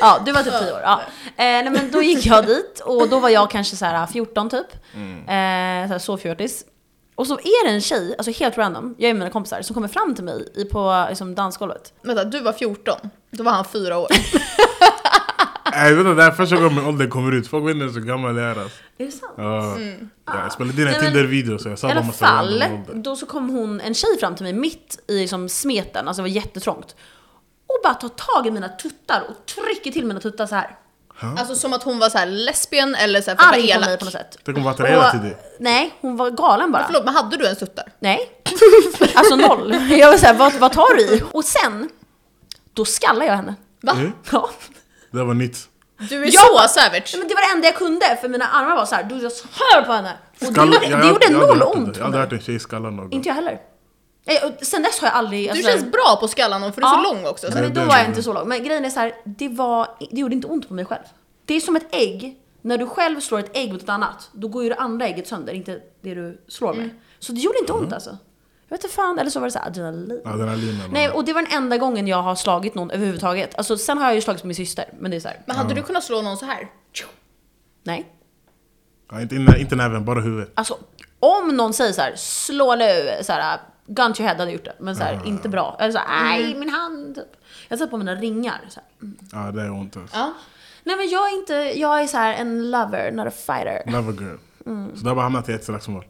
[SPEAKER 1] ja, du var typ 10 år. Ja. Eh, nej, men då gick jag dit och då var jag kanske så här 14 typ. Eh, så här, så fjortis. Och så är det en tjej, alltså helt random, jag är med mina kompisar, som kommer fram till mig i- på liksom, dansgolvet.
[SPEAKER 3] Vänta, du var 14. Då var han 4 år.
[SPEAKER 2] Nej, vänta, det här är första gången min ålder kommer ut. Folk vet inte ens hur gammal jag är alltså.
[SPEAKER 1] Är det sant?
[SPEAKER 2] Ja. Ja, jag spelade in
[SPEAKER 1] Mm.
[SPEAKER 2] en
[SPEAKER 1] Nej, men-
[SPEAKER 2] Tinder-video så jag sa
[SPEAKER 1] I
[SPEAKER 2] bara
[SPEAKER 1] alla
[SPEAKER 2] massa random
[SPEAKER 1] fall,
[SPEAKER 2] ålder.
[SPEAKER 1] då så kom hon, en tjej fram till mig mitt i liksom, smeten, alltså det var jättetrångt. Och bara tar tag i mina tuttar och trycker till mina tuttar så här.
[SPEAKER 3] Alltså som att hon var såhär lesbian eller såhär för att vara
[SPEAKER 1] Arg på mig
[SPEAKER 3] elak.
[SPEAKER 1] på något sätt.
[SPEAKER 2] Tänk om hon var attraherad till dig.
[SPEAKER 1] Nej, hon var galen bara.
[SPEAKER 3] Förlåt, men hade du ens tuttar?
[SPEAKER 1] Nej.
[SPEAKER 3] (laughs)
[SPEAKER 1] Alltså noll. Jag var såhär, vad, vad tar du i? Och sen, då skallar jag henne.
[SPEAKER 3] Va?
[SPEAKER 2] Mm.
[SPEAKER 1] Ja.
[SPEAKER 2] Det här var nytt.
[SPEAKER 3] Du är
[SPEAKER 1] Jag
[SPEAKER 3] så
[SPEAKER 1] var-
[SPEAKER 3] savage!
[SPEAKER 1] Nej, Men det var det enda jag kunde, för mina armar var såhär, du jag så här på henne. Och det
[SPEAKER 2] Skall-
[SPEAKER 1] gjorde,
[SPEAKER 2] jag-
[SPEAKER 1] det gjorde
[SPEAKER 2] jag hade
[SPEAKER 1] noll
[SPEAKER 2] hört det.
[SPEAKER 1] ont
[SPEAKER 2] Jag
[SPEAKER 1] på
[SPEAKER 2] hade
[SPEAKER 1] mig.
[SPEAKER 2] hört en tjej skalla någon gång.
[SPEAKER 1] Inte jag heller. Nej, och Sen dess har jag aldrig...
[SPEAKER 3] Du
[SPEAKER 1] alltså,
[SPEAKER 3] känns bra på att skalla någon för du är
[SPEAKER 1] Ja.
[SPEAKER 3] så lång också. Så
[SPEAKER 1] Nej, men
[SPEAKER 2] det
[SPEAKER 1] då
[SPEAKER 2] är
[SPEAKER 1] var jag
[SPEAKER 2] det.
[SPEAKER 1] inte Alltså så lång. Men grejen är så här, det, var, det gjorde inte ont på mig själv. Det är som ett ägg. När du själv slår ett ägg mot ett annat, då går ju det andra ägget sönder, inte det du slår med. Så det gjorde inte ont alltså. Jag vet inte fan, eller så var det så här adrenalin.
[SPEAKER 2] Adrenalinen.
[SPEAKER 1] Nej, och det var den enda gången jag har slagit någon överhuvudtaget. Alltså, sen har jag ju slagit på min syster, men det är så här,
[SPEAKER 3] Men hade du kunnat slå någon så här?
[SPEAKER 1] nej.
[SPEAKER 2] Ja, inte, inne- inte näven, bara huvudet.
[SPEAKER 1] Alltså, om någon säger så här, slå nu, så här, gun to your head hade jag gjort det, men så här, inte bra. Eller så här, aj, min hand. Typ. Jag satt på mina ringar. Så här.
[SPEAKER 2] Ja, det är ont alltså.
[SPEAKER 3] Ja.
[SPEAKER 1] Nej men jag är inte, jag är så här en lover, not a fighter.
[SPEAKER 2] Love a girl.
[SPEAKER 1] Mm.
[SPEAKER 2] Så det har bara hamnat i ett slagsmål.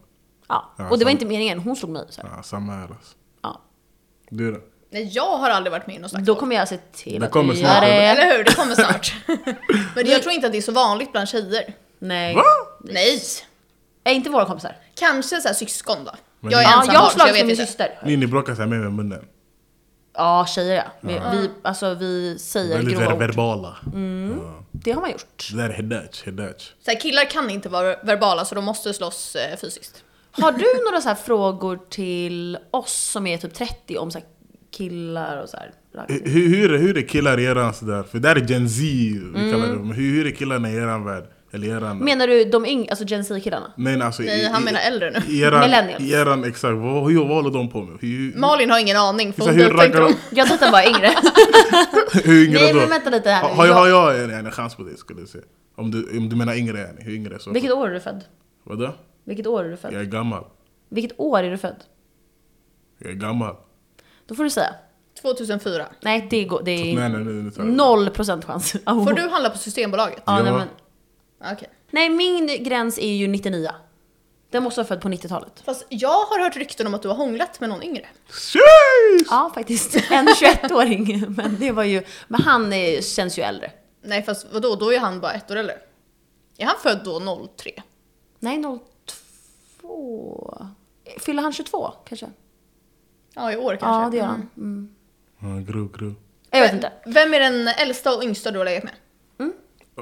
[SPEAKER 1] Ja.
[SPEAKER 2] Ja,
[SPEAKER 1] Och det var
[SPEAKER 2] sant.
[SPEAKER 1] inte meningen, hon slog mig. Så här.
[SPEAKER 2] Ja, samma här alltså.
[SPEAKER 1] Ja.
[SPEAKER 2] Du då?
[SPEAKER 3] Nej, jag har aldrig varit med i något slagsmål.
[SPEAKER 1] Då kommer jag se till
[SPEAKER 2] Det
[SPEAKER 1] att
[SPEAKER 2] kommer
[SPEAKER 1] du
[SPEAKER 2] snart,
[SPEAKER 1] gör det.
[SPEAKER 3] Eller hur? Det
[SPEAKER 1] (laughs)
[SPEAKER 3] kommer snart. men jag tror inte att det är så vanligt bland tjejer.
[SPEAKER 1] Nej.
[SPEAKER 2] Va?
[SPEAKER 3] Nej!
[SPEAKER 1] Är inte våra kompisar.
[SPEAKER 3] Kanske så här syskon då.
[SPEAKER 2] Men
[SPEAKER 3] jag är
[SPEAKER 2] ni-
[SPEAKER 1] Ja,
[SPEAKER 3] ensam
[SPEAKER 1] jag har
[SPEAKER 3] barn, så jag
[SPEAKER 1] slagits
[SPEAKER 3] vet
[SPEAKER 1] med min
[SPEAKER 3] inte.
[SPEAKER 1] syster.
[SPEAKER 2] Ni, ni bråkar såhär med med munnen.
[SPEAKER 1] Ja, tjejer ja. Vi, vi, alltså, vi säger
[SPEAKER 2] Väldigt
[SPEAKER 1] grova
[SPEAKER 2] ver-
[SPEAKER 1] ord. Mm.
[SPEAKER 2] verbala. Ja.
[SPEAKER 1] Det har man gjort.
[SPEAKER 2] Det där är hedach, hedach.
[SPEAKER 3] Så här, killar kan inte vara verbala så de måste slåss eh, fysiskt.
[SPEAKER 1] Har du några så här frågor till oss som är typ 30 om så här killar och så här? raggning?
[SPEAKER 2] Hur, hur, är- hur är killar i eran sådär? För där är Gen Z, vi
[SPEAKER 1] Mm.
[SPEAKER 2] kallar det. Men hur, hur är killarna i eran värld? Eller i eran...
[SPEAKER 1] Menar du de yngre, alltså Gen Z-killarna?
[SPEAKER 2] Nej, nej, alltså,
[SPEAKER 3] Nej, han menar äldre nu.
[SPEAKER 2] I eran,
[SPEAKER 1] Millennials.
[SPEAKER 2] I eran, exakt. Vad, hur, vad håller de på med? Hur, hur,
[SPEAKER 3] Malin har ingen aning för
[SPEAKER 2] så här,
[SPEAKER 3] hon
[SPEAKER 2] hur
[SPEAKER 3] dejtar inte
[SPEAKER 2] raggar
[SPEAKER 3] dem.
[SPEAKER 2] de?
[SPEAKER 1] Jag tittar bara yngre.
[SPEAKER 2] (laughs) Hur yngre
[SPEAKER 1] Nej
[SPEAKER 2] då?
[SPEAKER 1] men vänta lite här
[SPEAKER 2] Ha-
[SPEAKER 1] nu.
[SPEAKER 2] har, jag,
[SPEAKER 1] Jag-
[SPEAKER 2] har jag en, en chans på det skulle jag säga? Om du, om du menar yngre, yani. hur yngre? Så.
[SPEAKER 1] Vilket år är du född?
[SPEAKER 2] Vadå?
[SPEAKER 1] Vilket år är du född?
[SPEAKER 2] Jag är gammal.
[SPEAKER 1] Vilket år är du född?
[SPEAKER 2] Jag är gammal.
[SPEAKER 1] Då får du säga.
[SPEAKER 3] 2004.
[SPEAKER 1] Nej, det, går, det
[SPEAKER 2] Nej,
[SPEAKER 1] är
[SPEAKER 2] nej, nej, nu tar jag det.
[SPEAKER 1] noll procent chans. (laughs)
[SPEAKER 3] Får du handla på Systembolaget?
[SPEAKER 1] Ja, nej,
[SPEAKER 2] Ja.
[SPEAKER 1] men,
[SPEAKER 3] Okej.
[SPEAKER 1] nej, min gräns är ju 99. Den måste vara född på 90-talet.
[SPEAKER 3] Fast jag har hört rykten om att du har hånglat med någon yngre.
[SPEAKER 2] Sheesh!
[SPEAKER 1] Ja, faktiskt. (laughs) En 21-åring. Men det var ju... Men han eh, känns ju äldre.
[SPEAKER 3] Nej fast vadå, då är han bara ett år eller? Är han född då 03?
[SPEAKER 1] Nej, 02... Fyller han 22 kanske?
[SPEAKER 3] Ja, i år kanske.
[SPEAKER 1] Ja, det gör han. Mm.
[SPEAKER 2] Ja, grov, grov.
[SPEAKER 1] Jag vet inte.
[SPEAKER 3] Vem är den äldsta och yngsta du har legat med?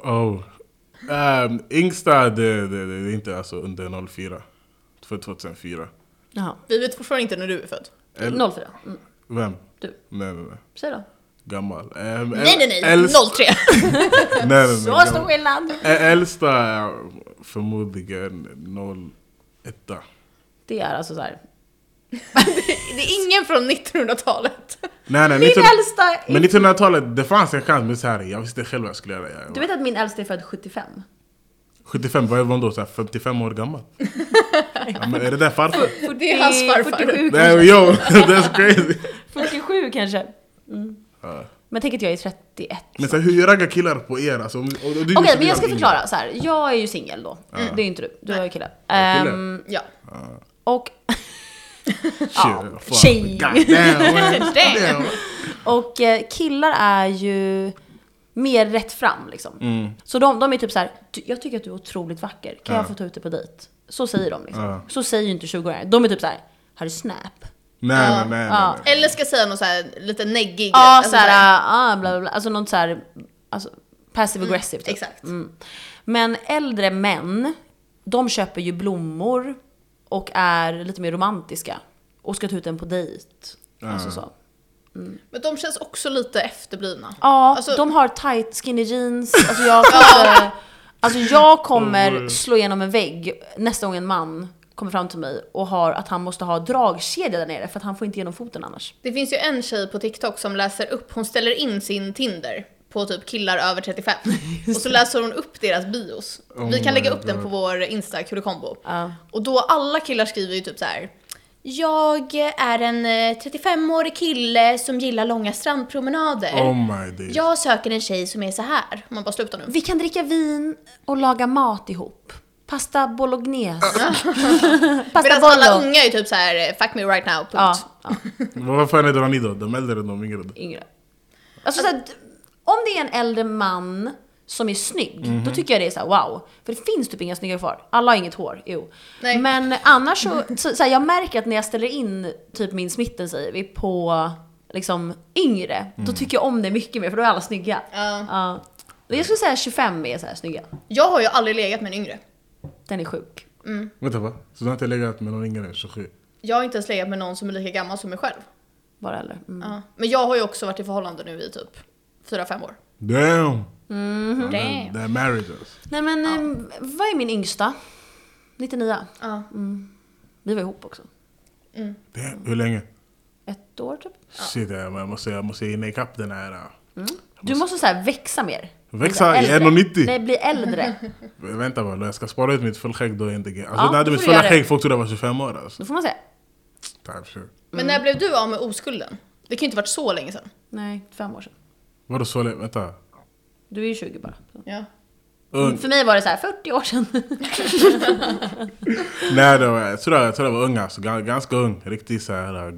[SPEAKER 2] Oh. Um, yngsta, det, det, det är inte alltså under 04. För 2004.
[SPEAKER 1] Jaha.
[SPEAKER 3] Vi vet fortfarande inte när du är född.
[SPEAKER 2] Äl-
[SPEAKER 1] 04. Mm,
[SPEAKER 2] Vem?
[SPEAKER 1] du.
[SPEAKER 2] Nej, nej, nej.
[SPEAKER 1] Säg då.
[SPEAKER 2] Gammal. Um,
[SPEAKER 3] Nej nej nej, 03!
[SPEAKER 2] (laughs) nej, nej, nej,
[SPEAKER 1] Så stor
[SPEAKER 2] gammal.
[SPEAKER 1] skillnad!
[SPEAKER 2] Ä- Äldsta är förmodligen 01.
[SPEAKER 1] Det är alltså så här.
[SPEAKER 3] (laughs) det är ingen från 1900-talet.
[SPEAKER 2] Nej, nej,
[SPEAKER 1] Min
[SPEAKER 2] 19
[SPEAKER 1] äldsta är-
[SPEAKER 2] Men 1900-talet, det fanns en chans, men så här, jag visste själv vad jag skulle göra.
[SPEAKER 1] Du
[SPEAKER 2] Jag var
[SPEAKER 1] vet att min äldsta är född 75? (laughs)
[SPEAKER 2] 75, vad var man då? Så här, 55 år gammal? ja, men är det där farfar?
[SPEAKER 3] Det är hans farfar.
[SPEAKER 1] 47
[SPEAKER 2] Nej, men yo, (laughs) that's crazy!
[SPEAKER 1] 47 kanske. Mm. Men tänk att jag är 31.
[SPEAKER 2] Men så här, hur raggar killar på er? Alltså, om, om, om, Okej,
[SPEAKER 1] Okej, men jag ska förklara. Så här, jag är ju singel då. Det är ju inte du. Du är ju kille.
[SPEAKER 2] är kille.
[SPEAKER 1] Ehm,
[SPEAKER 3] Ja.
[SPEAKER 1] och, Ja,
[SPEAKER 2] Tjej!
[SPEAKER 1] tjej. (laughs)
[SPEAKER 3] Damn.
[SPEAKER 1] och eh, killar är ju mer rätt fram liksom. Så de, de är typ så här, "Du, jag tycker att du är otroligt vacker. Kan jag
[SPEAKER 2] Mm. Ja.
[SPEAKER 1] få ta ut dig på dejt? Så säger de liksom.
[SPEAKER 2] Ja.
[SPEAKER 1] Så säger ju inte 20-åringar. De är typ så här, har du snap?
[SPEAKER 2] Nej, nej, nej, nej, nej.
[SPEAKER 3] Eller ska säga något så här lite neggig
[SPEAKER 1] Ja,
[SPEAKER 3] Alltså
[SPEAKER 1] såhär,
[SPEAKER 3] så här-
[SPEAKER 1] ah, bla bla bla. Alltså något
[SPEAKER 3] Mm,
[SPEAKER 1] såhär, alltså, passive aggressive typ.
[SPEAKER 3] Exakt.
[SPEAKER 1] Men äldre män de köper ju blommor och är lite mer romantiska. Och ska ta ut en på dejt. Alltså
[SPEAKER 2] Ah.
[SPEAKER 1] så.
[SPEAKER 3] Men de känns också lite efterblivna.
[SPEAKER 1] Ja,
[SPEAKER 3] Alltså-
[SPEAKER 1] de har tight skinny jeans. Alltså
[SPEAKER 3] (laughs)
[SPEAKER 1] jag, kommer- alltså jag kommer
[SPEAKER 2] Oj.
[SPEAKER 1] slå igenom en vägg nästa gång en man kommer fram till mig och har att han måste ha dragkedja där nere för att han får inte igenom foten annars.
[SPEAKER 3] Det finns ju en tjej på TikTok som läser upp, hon ställer in sin Tinder på typ killar
[SPEAKER 2] (laughs)
[SPEAKER 3] över 35. Och så läser hon upp deras bios.
[SPEAKER 2] Oh
[SPEAKER 3] Vi kan
[SPEAKER 2] my
[SPEAKER 3] lägga upp den
[SPEAKER 2] God.
[SPEAKER 3] på vår Insta, Kulikombo.
[SPEAKER 1] Ja.
[SPEAKER 3] Och då alla killar skriver ju typ så här. Jag är en eh, 35-årig kille som gillar långa strandpromenader.
[SPEAKER 2] Oh my days.
[SPEAKER 3] Jag söker en tjej som är så här. Man bara sluta nu.
[SPEAKER 1] Vi kan dricka vin och laga mat ihop. Pasta bolognese. (laughs) Pasta
[SPEAKER 3] Medan alla
[SPEAKER 1] bollo.
[SPEAKER 3] unga är ju typ så här eh, fuck me right now, punkt.
[SPEAKER 1] Ja, ja,
[SPEAKER 2] Vad fan är det ni då? De äldre än de yngre? då?
[SPEAKER 1] yngre. Alltså, så här, om det är en äldre man som är snygg, då
[SPEAKER 3] Mhm.
[SPEAKER 1] tycker jag det är så här, wow. För det finns typ inga snygga kvar. Alla har inget hår, jo.
[SPEAKER 3] Nej.
[SPEAKER 1] Men annars så, så, så här, jag märker att när jag ställer in typ min smitten säger vi på liksom yngre, då tycker jag om det mycket mer för då är alla snygga.
[SPEAKER 3] Mm. Ja.
[SPEAKER 1] Ja. Men Jag skulle säga 25 är så här snygga.
[SPEAKER 3] Jag har ju aldrig legat med en yngre.
[SPEAKER 1] Den är sjuk.
[SPEAKER 2] Vänta va? Så du har inte legat med någon yngre än 27?
[SPEAKER 3] Jag har inte ens legat med någon som är lika gammal som mig själv.
[SPEAKER 1] Bara eller? Mm.
[SPEAKER 3] Ja. Men jag har ju också varit i förhållande nu i typ 4-5 år.
[SPEAKER 2] Damn!
[SPEAKER 3] Mm.
[SPEAKER 2] Det är marriages.
[SPEAKER 1] Mm-hmm. Nej men, eh, vad är min yngsta? 99.
[SPEAKER 3] Ja.
[SPEAKER 1] Vi var ihop också.
[SPEAKER 2] Damn. Hur länge?
[SPEAKER 1] Ett år typ.
[SPEAKER 2] Shit, jag jag måste, jag måste hinna ikapp den här. äh.
[SPEAKER 1] Du måste så här växa mer.
[SPEAKER 2] Växa
[SPEAKER 1] Bli
[SPEAKER 2] i
[SPEAKER 1] så här äldre.
[SPEAKER 2] 1,90.
[SPEAKER 1] Nej, bli äldre.
[SPEAKER 2] (laughs) Vänta bara, jag ska spara ut mitt fullskägg då. Inte. Alltså,
[SPEAKER 1] Ja,
[SPEAKER 2] när jag hade
[SPEAKER 1] då får
[SPEAKER 2] mitt
[SPEAKER 1] du
[SPEAKER 2] fulla
[SPEAKER 1] göra det.
[SPEAKER 2] skägg, folk trodde jag var 25 år alltså.
[SPEAKER 1] Då får man säga.
[SPEAKER 2] Type shit.
[SPEAKER 3] Men när blev du av med oskulden? Det kan ju inte varit så länge sedan.
[SPEAKER 1] Nej, fem år sedan.
[SPEAKER 2] Vadå så länge? Vänta.
[SPEAKER 1] Du är ju 20 bara.
[SPEAKER 3] Ja.
[SPEAKER 2] Ung.
[SPEAKER 1] För mig var det så här 40 år
[SPEAKER 2] (laughs)
[SPEAKER 1] sedan.
[SPEAKER 2] Nej, det var, jag, tror jag, jag tror jag var ung alltså. Ga- Ganska ung. Riktigt såhär... Äh,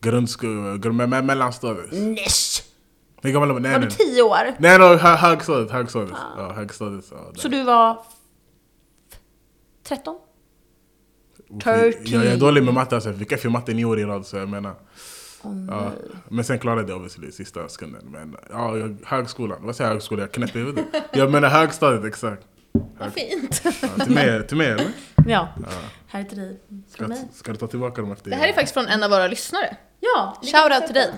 [SPEAKER 2] grundskola... Grund, me- me- mellanstadiet.
[SPEAKER 1] Nisch!
[SPEAKER 2] Hur gammal var
[SPEAKER 1] Var
[SPEAKER 2] Nej,
[SPEAKER 1] du
[SPEAKER 2] nej.
[SPEAKER 1] 10 år?
[SPEAKER 2] Nej, nej, hö- högstadiet. Högstadiet. Ja, högstadiet. Ja, där.
[SPEAKER 1] Så du var 13?
[SPEAKER 2] Jag, jag är dålig med matte, alltså. jag fick F i matte nio år i rad så jag menar.
[SPEAKER 1] Mm.
[SPEAKER 2] ja. Men sen klarade jag det obviously i sista sekunden. Men ja, jag, högskolan, vad säger jag högskolan? Jag knäppte huvudet. Jag menar högstadiet exakt.
[SPEAKER 1] (laughs)
[SPEAKER 3] Vad fint.
[SPEAKER 2] Ja, till mig, till mig eller?
[SPEAKER 1] Ja. Här är till dig.
[SPEAKER 2] Ska,
[SPEAKER 1] Från mig.
[SPEAKER 2] ska du ta tillbaka dem efter
[SPEAKER 3] Det här är faktiskt från en av våra lyssnare.
[SPEAKER 1] Ja,
[SPEAKER 3] Shoutout till dig.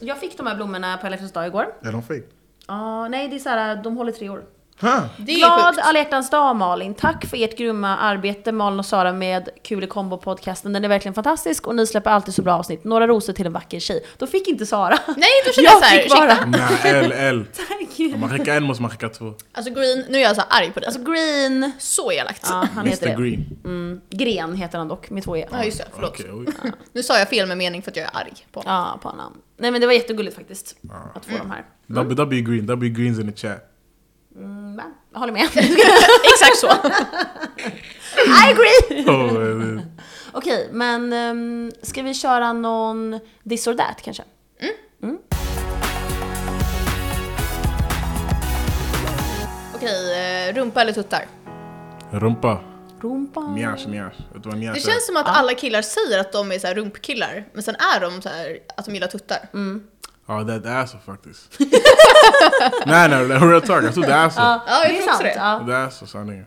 [SPEAKER 1] Jag fick de här blommorna på alla hjärtans dag igår.
[SPEAKER 2] Är de fake?
[SPEAKER 1] Ja, nej, det är så här, de håller tre år.
[SPEAKER 2] Ha!
[SPEAKER 3] Det är ju
[SPEAKER 1] Glad
[SPEAKER 3] sjukt.
[SPEAKER 1] alla hjärtans dag Malin. Tack för ert grymma arbete Malin och Sara med Kul i kombo podcasten. Den är verkligen fantastisk och ni släpper alltid så bra avsnitt. Några rosor till en vacker tjej. Då fick inte Sara.
[SPEAKER 3] Nej,
[SPEAKER 1] (laughs)
[SPEAKER 3] då känner jag så här,
[SPEAKER 1] fick bara.
[SPEAKER 2] Nej, L, L. Om
[SPEAKER 1] Tack.
[SPEAKER 2] man skickar en måste man skicka två.
[SPEAKER 3] Alltså green, nu är jag så här arg på dig.
[SPEAKER 1] Alltså Green.
[SPEAKER 3] Så elakt.
[SPEAKER 1] Ja, han heter
[SPEAKER 2] Mr
[SPEAKER 1] det. Mm.
[SPEAKER 2] Green.
[SPEAKER 1] Gren heter han dock med två e.
[SPEAKER 3] Ja just det, förlåt.
[SPEAKER 2] Okej, oj.
[SPEAKER 3] Nu sa jag fel med mening för att jag är arg på honom.
[SPEAKER 1] Ja, på namn. Nej men det var jättegulligt faktiskt. Att
[SPEAKER 3] Mm.
[SPEAKER 1] få de här.
[SPEAKER 2] W, W E Green, W Greens in the
[SPEAKER 3] (laughs)
[SPEAKER 2] chat.
[SPEAKER 1] Mm, va? jag håller med.
[SPEAKER 3] Exakt så.
[SPEAKER 1] I agree!
[SPEAKER 2] Oh, eh,
[SPEAKER 1] Okej, men ehm, ska vi köra någon this or that kanske?
[SPEAKER 3] Okej, eh, rumpa eller tuttar?
[SPEAKER 2] rumpa.
[SPEAKER 1] Rumpa.
[SPEAKER 2] Mjash, mjash. Vet du vad mjash
[SPEAKER 3] Det
[SPEAKER 2] är?
[SPEAKER 3] känns som att alla killar säger att de är så här rumpkillar, men sen är de så här att de gillar tuttar.
[SPEAKER 1] Mm.
[SPEAKER 2] Ja, det är ett ass faktiskt. (laughs) nej, nej, det är real talk. Jag tror det är så.
[SPEAKER 3] Ja, jag
[SPEAKER 1] det är
[SPEAKER 3] tror också
[SPEAKER 1] sant.
[SPEAKER 3] det.
[SPEAKER 1] Ja.
[SPEAKER 2] Det är så sanningen.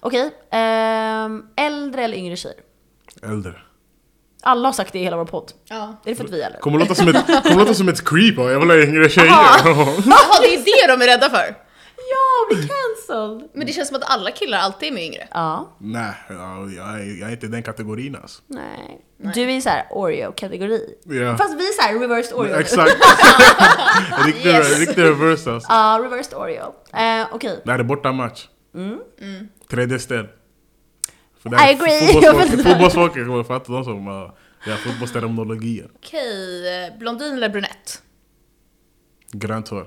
[SPEAKER 1] Okej, ehm, äldre eller yngre tjejer?
[SPEAKER 2] Äldre.
[SPEAKER 1] Alla har sagt det i hela vår podd. (laughs)
[SPEAKER 3] Ja.
[SPEAKER 1] Är det för att vi är äldre?
[SPEAKER 2] Kommer låta som ett, kommer låta som ett creep, ja. jag vill ha yngre tjejer.
[SPEAKER 1] Aha.
[SPEAKER 3] Jaha, det är det de är rädda för.
[SPEAKER 1] Ja, bli cancelled!
[SPEAKER 3] Men det känns som att alla killar alltid är med yngre.
[SPEAKER 1] Ja,
[SPEAKER 2] (laughs) nej, ja, jag, är, jag är inte i den kategorin alltså.
[SPEAKER 1] nej. Du är så här Oreo-kategori.
[SPEAKER 2] Ja.
[SPEAKER 1] Fast vi är så här reversed Oreo nu.
[SPEAKER 3] (laughs)
[SPEAKER 2] Exakt. Riktig
[SPEAKER 3] Yes.
[SPEAKER 2] riktig reverse alltså.
[SPEAKER 1] Ja, reversed Oreo. Eh, Okej.
[SPEAKER 2] Det här är bortamatch. Tredje ställ. För det
[SPEAKER 1] Mm. I agree. Jag
[SPEAKER 2] Fotbollsfolket,
[SPEAKER 1] vet.
[SPEAKER 2] fotbollsfolket kommer fatta de som uh, gör fotbollsterminologier.
[SPEAKER 3] Okej, eh, blondin eller brunett?
[SPEAKER 2] Grönt hår.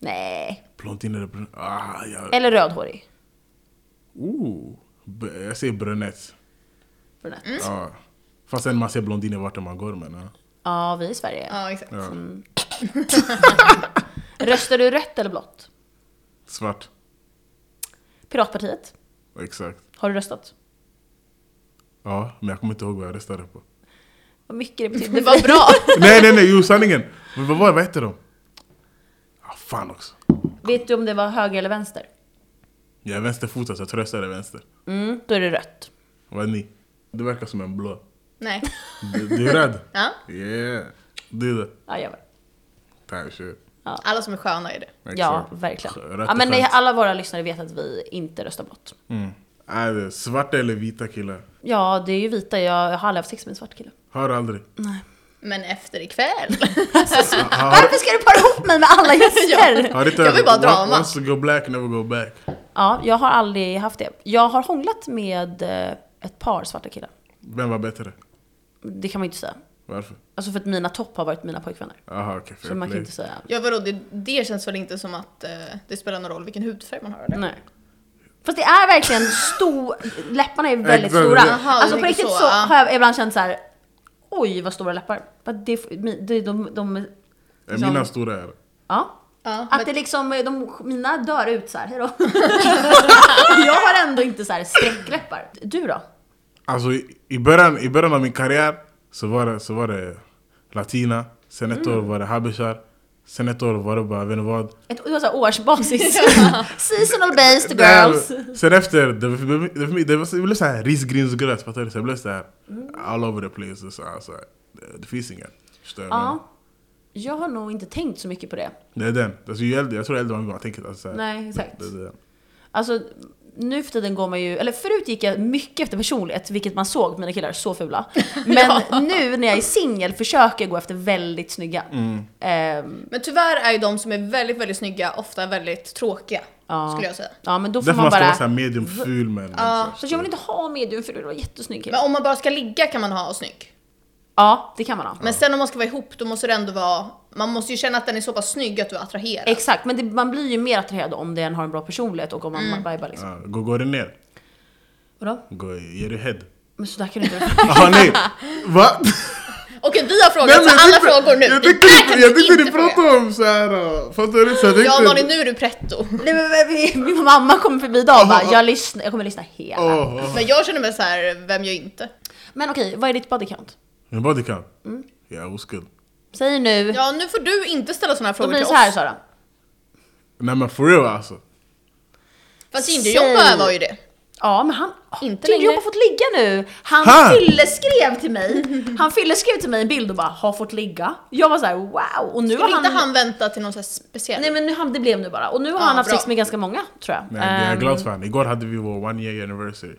[SPEAKER 1] Nej.
[SPEAKER 2] Blondin eller brunett? Ah, jag,
[SPEAKER 1] Eller rödhårig.
[SPEAKER 2] ooh, B- jag säger brunett.
[SPEAKER 1] Brunett.
[SPEAKER 3] Mm.
[SPEAKER 2] Ja. Fast sen man ser blondiner vart än man går men ja.
[SPEAKER 1] Ja, vi är i Sverige.
[SPEAKER 3] Ja, exakt.
[SPEAKER 2] Ja.
[SPEAKER 1] Röstar du rött eller blått?
[SPEAKER 2] Svart.
[SPEAKER 1] Piratpartiet?
[SPEAKER 2] Exakt.
[SPEAKER 1] Har du röstat?
[SPEAKER 2] Ja, men jag kommer inte ihåg vad jag röstade på.
[SPEAKER 1] Vad mycket det betyder.
[SPEAKER 3] (laughs) Det var bra.
[SPEAKER 2] nej, nej, nej, jo sanningen! Men vad var vad hette de? Ah, fan också.
[SPEAKER 1] Vet du om det var höger eller vänster?
[SPEAKER 2] Jag är vänsterfotad så jag tror jag är vänster.
[SPEAKER 1] Mm, då är det rött.
[SPEAKER 2] Vad är ni? Du verkar som en blå.
[SPEAKER 3] Nej.
[SPEAKER 2] Du, du är rädd?
[SPEAKER 3] Ja.
[SPEAKER 2] Yeah! Du är det.
[SPEAKER 1] Ja, jag vet.
[SPEAKER 2] Time shit.
[SPEAKER 3] Alla som är sköna är det.
[SPEAKER 1] Ja,
[SPEAKER 2] Exakt.
[SPEAKER 1] verkligen.
[SPEAKER 2] Rätt
[SPEAKER 1] Ja,
[SPEAKER 2] och
[SPEAKER 1] men nej,
[SPEAKER 2] skönt.
[SPEAKER 1] alla våra lyssnare vet att vi inte röstar blått.
[SPEAKER 2] Mm. Är det svarta eller vita killar?
[SPEAKER 1] Ja, det är ju vita. Jag, jag har aldrig haft sex med en svart kille.
[SPEAKER 2] Har aldrig.
[SPEAKER 3] Men efter ikväll. (laughs)
[SPEAKER 2] Har, har,
[SPEAKER 1] Varför ska du para ihop mig med alla gäster?
[SPEAKER 2] har inte
[SPEAKER 3] Jag vill bara drama.
[SPEAKER 2] Once you go black, never go back.
[SPEAKER 1] Ja, jag har aldrig haft det. Jag har hånglat med eh, ett par svarta killar.
[SPEAKER 2] Vem var bättre?
[SPEAKER 1] Det kan man ju inte säga.
[SPEAKER 2] Varför?
[SPEAKER 1] Alltså för att mina topp har varit mina pojkvänner.
[SPEAKER 2] Jaha, okej.
[SPEAKER 1] Så
[SPEAKER 2] fair
[SPEAKER 1] man kan
[SPEAKER 2] play.
[SPEAKER 1] inte säga.
[SPEAKER 3] Ja vadå, det, det känns väl inte som att eh, det spelar någon roll vilken hudfärg man har eller?
[SPEAKER 1] Nej. Fast det är verkligen stor, läpparna är väldigt
[SPEAKER 2] Exakt.
[SPEAKER 1] stora.
[SPEAKER 2] Jaha,
[SPEAKER 3] du
[SPEAKER 1] alltså på
[SPEAKER 3] tänker
[SPEAKER 1] riktigt
[SPEAKER 3] så,
[SPEAKER 1] så
[SPEAKER 3] ja.
[SPEAKER 1] har jag ibland känt så här. oj vad stora läppar. För att Det, det, de, de, de,
[SPEAKER 2] Är Eh, mina stora är
[SPEAKER 1] ja.
[SPEAKER 3] Ja,
[SPEAKER 1] Att
[SPEAKER 3] men-
[SPEAKER 1] det liksom, de, mina dör ut så här,
[SPEAKER 3] (laughs)
[SPEAKER 1] hejdå. jag har ändå inte så här sträckläppar. Du då?
[SPEAKER 2] Alltså i, i, början, i början av min karriär så var det, så var det latina, sen ett
[SPEAKER 1] Mm.
[SPEAKER 2] år var det habishar, sen ett år var det bara, vet ni vad?
[SPEAKER 1] Ett, det var så här årsbasis.
[SPEAKER 3] (laughs)
[SPEAKER 1] Seasonal based girls.
[SPEAKER 2] Där, sen efter, det, det, det, det, var- det blev såhär risgrynsgröt, fattar du? Så det blev såhär
[SPEAKER 3] Mm.
[SPEAKER 2] all over the place, så, alltså, det, det finns inget. Förstår du?
[SPEAKER 1] Ja. Jag har nog inte tänkt så mycket på det.
[SPEAKER 2] Det är den. Alltså, ju äldre, jag tror ju äldre man blir, man tänker alltså, såhär,
[SPEAKER 1] Nej, exakt.
[SPEAKER 2] Det, det, är den.
[SPEAKER 1] Alltså, nu för tiden går man ju, eller förut gick jag mycket efter personlighet, vilket man såg, mina killar, så
[SPEAKER 3] (laughs)
[SPEAKER 1] fula. Men nu när jag är singel försöker jag gå efter väldigt snygga. Ehm,
[SPEAKER 3] Men tyvärr är ju de som är väldigt, väldigt snygga ofta väldigt tråkiga.
[SPEAKER 1] Ja.
[SPEAKER 3] Skulle jag säga.
[SPEAKER 1] ja men då får
[SPEAKER 2] Därför
[SPEAKER 1] man,
[SPEAKER 2] man ska
[SPEAKER 1] bara...
[SPEAKER 2] vara såhär medium liksom, ful men...
[SPEAKER 3] Ja,
[SPEAKER 1] Så jag vill inte ha medium för du var jättesnygg kille.
[SPEAKER 3] Men om man bara ska ligga kan man ha snygg.
[SPEAKER 1] Ja, det kan man ha.
[SPEAKER 3] Men sen om man ska vara ihop då måste det ändå vara, man måste ju känna att den är så pass snygg att du attraherar.
[SPEAKER 1] Exakt, men det, man blir ju mer attraherad om den har en bra personlighet och om man mm. vibar liksom.
[SPEAKER 2] Ja, gå, går det ner?
[SPEAKER 1] Vadå?
[SPEAKER 2] Gå, ger du head? (laughs)
[SPEAKER 1] Men sådär kan (laughs) du inte...
[SPEAKER 2] Jaha nej!
[SPEAKER 3] (laughs)
[SPEAKER 2] Va?
[SPEAKER 3] Okej vi har
[SPEAKER 2] Nej,
[SPEAKER 3] frågat
[SPEAKER 2] men
[SPEAKER 3] så
[SPEAKER 2] jag
[SPEAKER 3] alla
[SPEAKER 2] tyckte-
[SPEAKER 3] frågor nu.
[SPEAKER 2] Jag
[SPEAKER 3] Det
[SPEAKER 2] tyckte,
[SPEAKER 3] där kan
[SPEAKER 2] ni, jag
[SPEAKER 3] vi
[SPEAKER 2] tyckte ni
[SPEAKER 3] inte fråga.
[SPEAKER 2] pratade om såhär, fattar du? Så jag
[SPEAKER 3] Ja
[SPEAKER 2] tänkte-
[SPEAKER 3] Malin nu är du pretto.
[SPEAKER 1] Nej, men, men, min, min mamma kommer förbi idag och bara, jag, lyssnar, jag kommer lyssna hela.
[SPEAKER 2] Åh, åh.
[SPEAKER 3] Men jag känner mig så här, vem gör inte?
[SPEAKER 1] Men okej, vad är ditt body count?
[SPEAKER 2] Min body count?
[SPEAKER 3] Mm.
[SPEAKER 2] Jag är oskuld.
[SPEAKER 1] Säg nu.
[SPEAKER 3] Ja nu får du inte ställa sådana här
[SPEAKER 1] Då
[SPEAKER 3] frågor
[SPEAKER 1] blir det
[SPEAKER 3] till
[SPEAKER 1] så här
[SPEAKER 3] oss.
[SPEAKER 1] Sara.
[SPEAKER 2] Nej men for real alltså.
[SPEAKER 3] Fast
[SPEAKER 1] Säg.
[SPEAKER 3] Jinderjobba var ju det.
[SPEAKER 1] Ja, men han...
[SPEAKER 3] Inte
[SPEAKER 1] Inte längre. Jag
[SPEAKER 3] längre.
[SPEAKER 1] har fått ligga nu. Han
[SPEAKER 2] Ha!
[SPEAKER 1] fylleskrev till mig. (laughs) Han fylleskrev till mig en bild och bara har fått ligga. Jag var så här: wow. Och nu
[SPEAKER 3] Skulle
[SPEAKER 1] har
[SPEAKER 3] inte
[SPEAKER 1] han...
[SPEAKER 3] han vänta till någon så här speciell?
[SPEAKER 1] Nej men nu, han, det blev nu bara. Och nu har
[SPEAKER 3] Ja,
[SPEAKER 1] han haft
[SPEAKER 3] bra.
[SPEAKER 1] sex med ganska många tror jag.
[SPEAKER 2] Nej, det är jag
[SPEAKER 1] Ehm,
[SPEAKER 2] glad för han. Igår hade vi vår one year anniversary.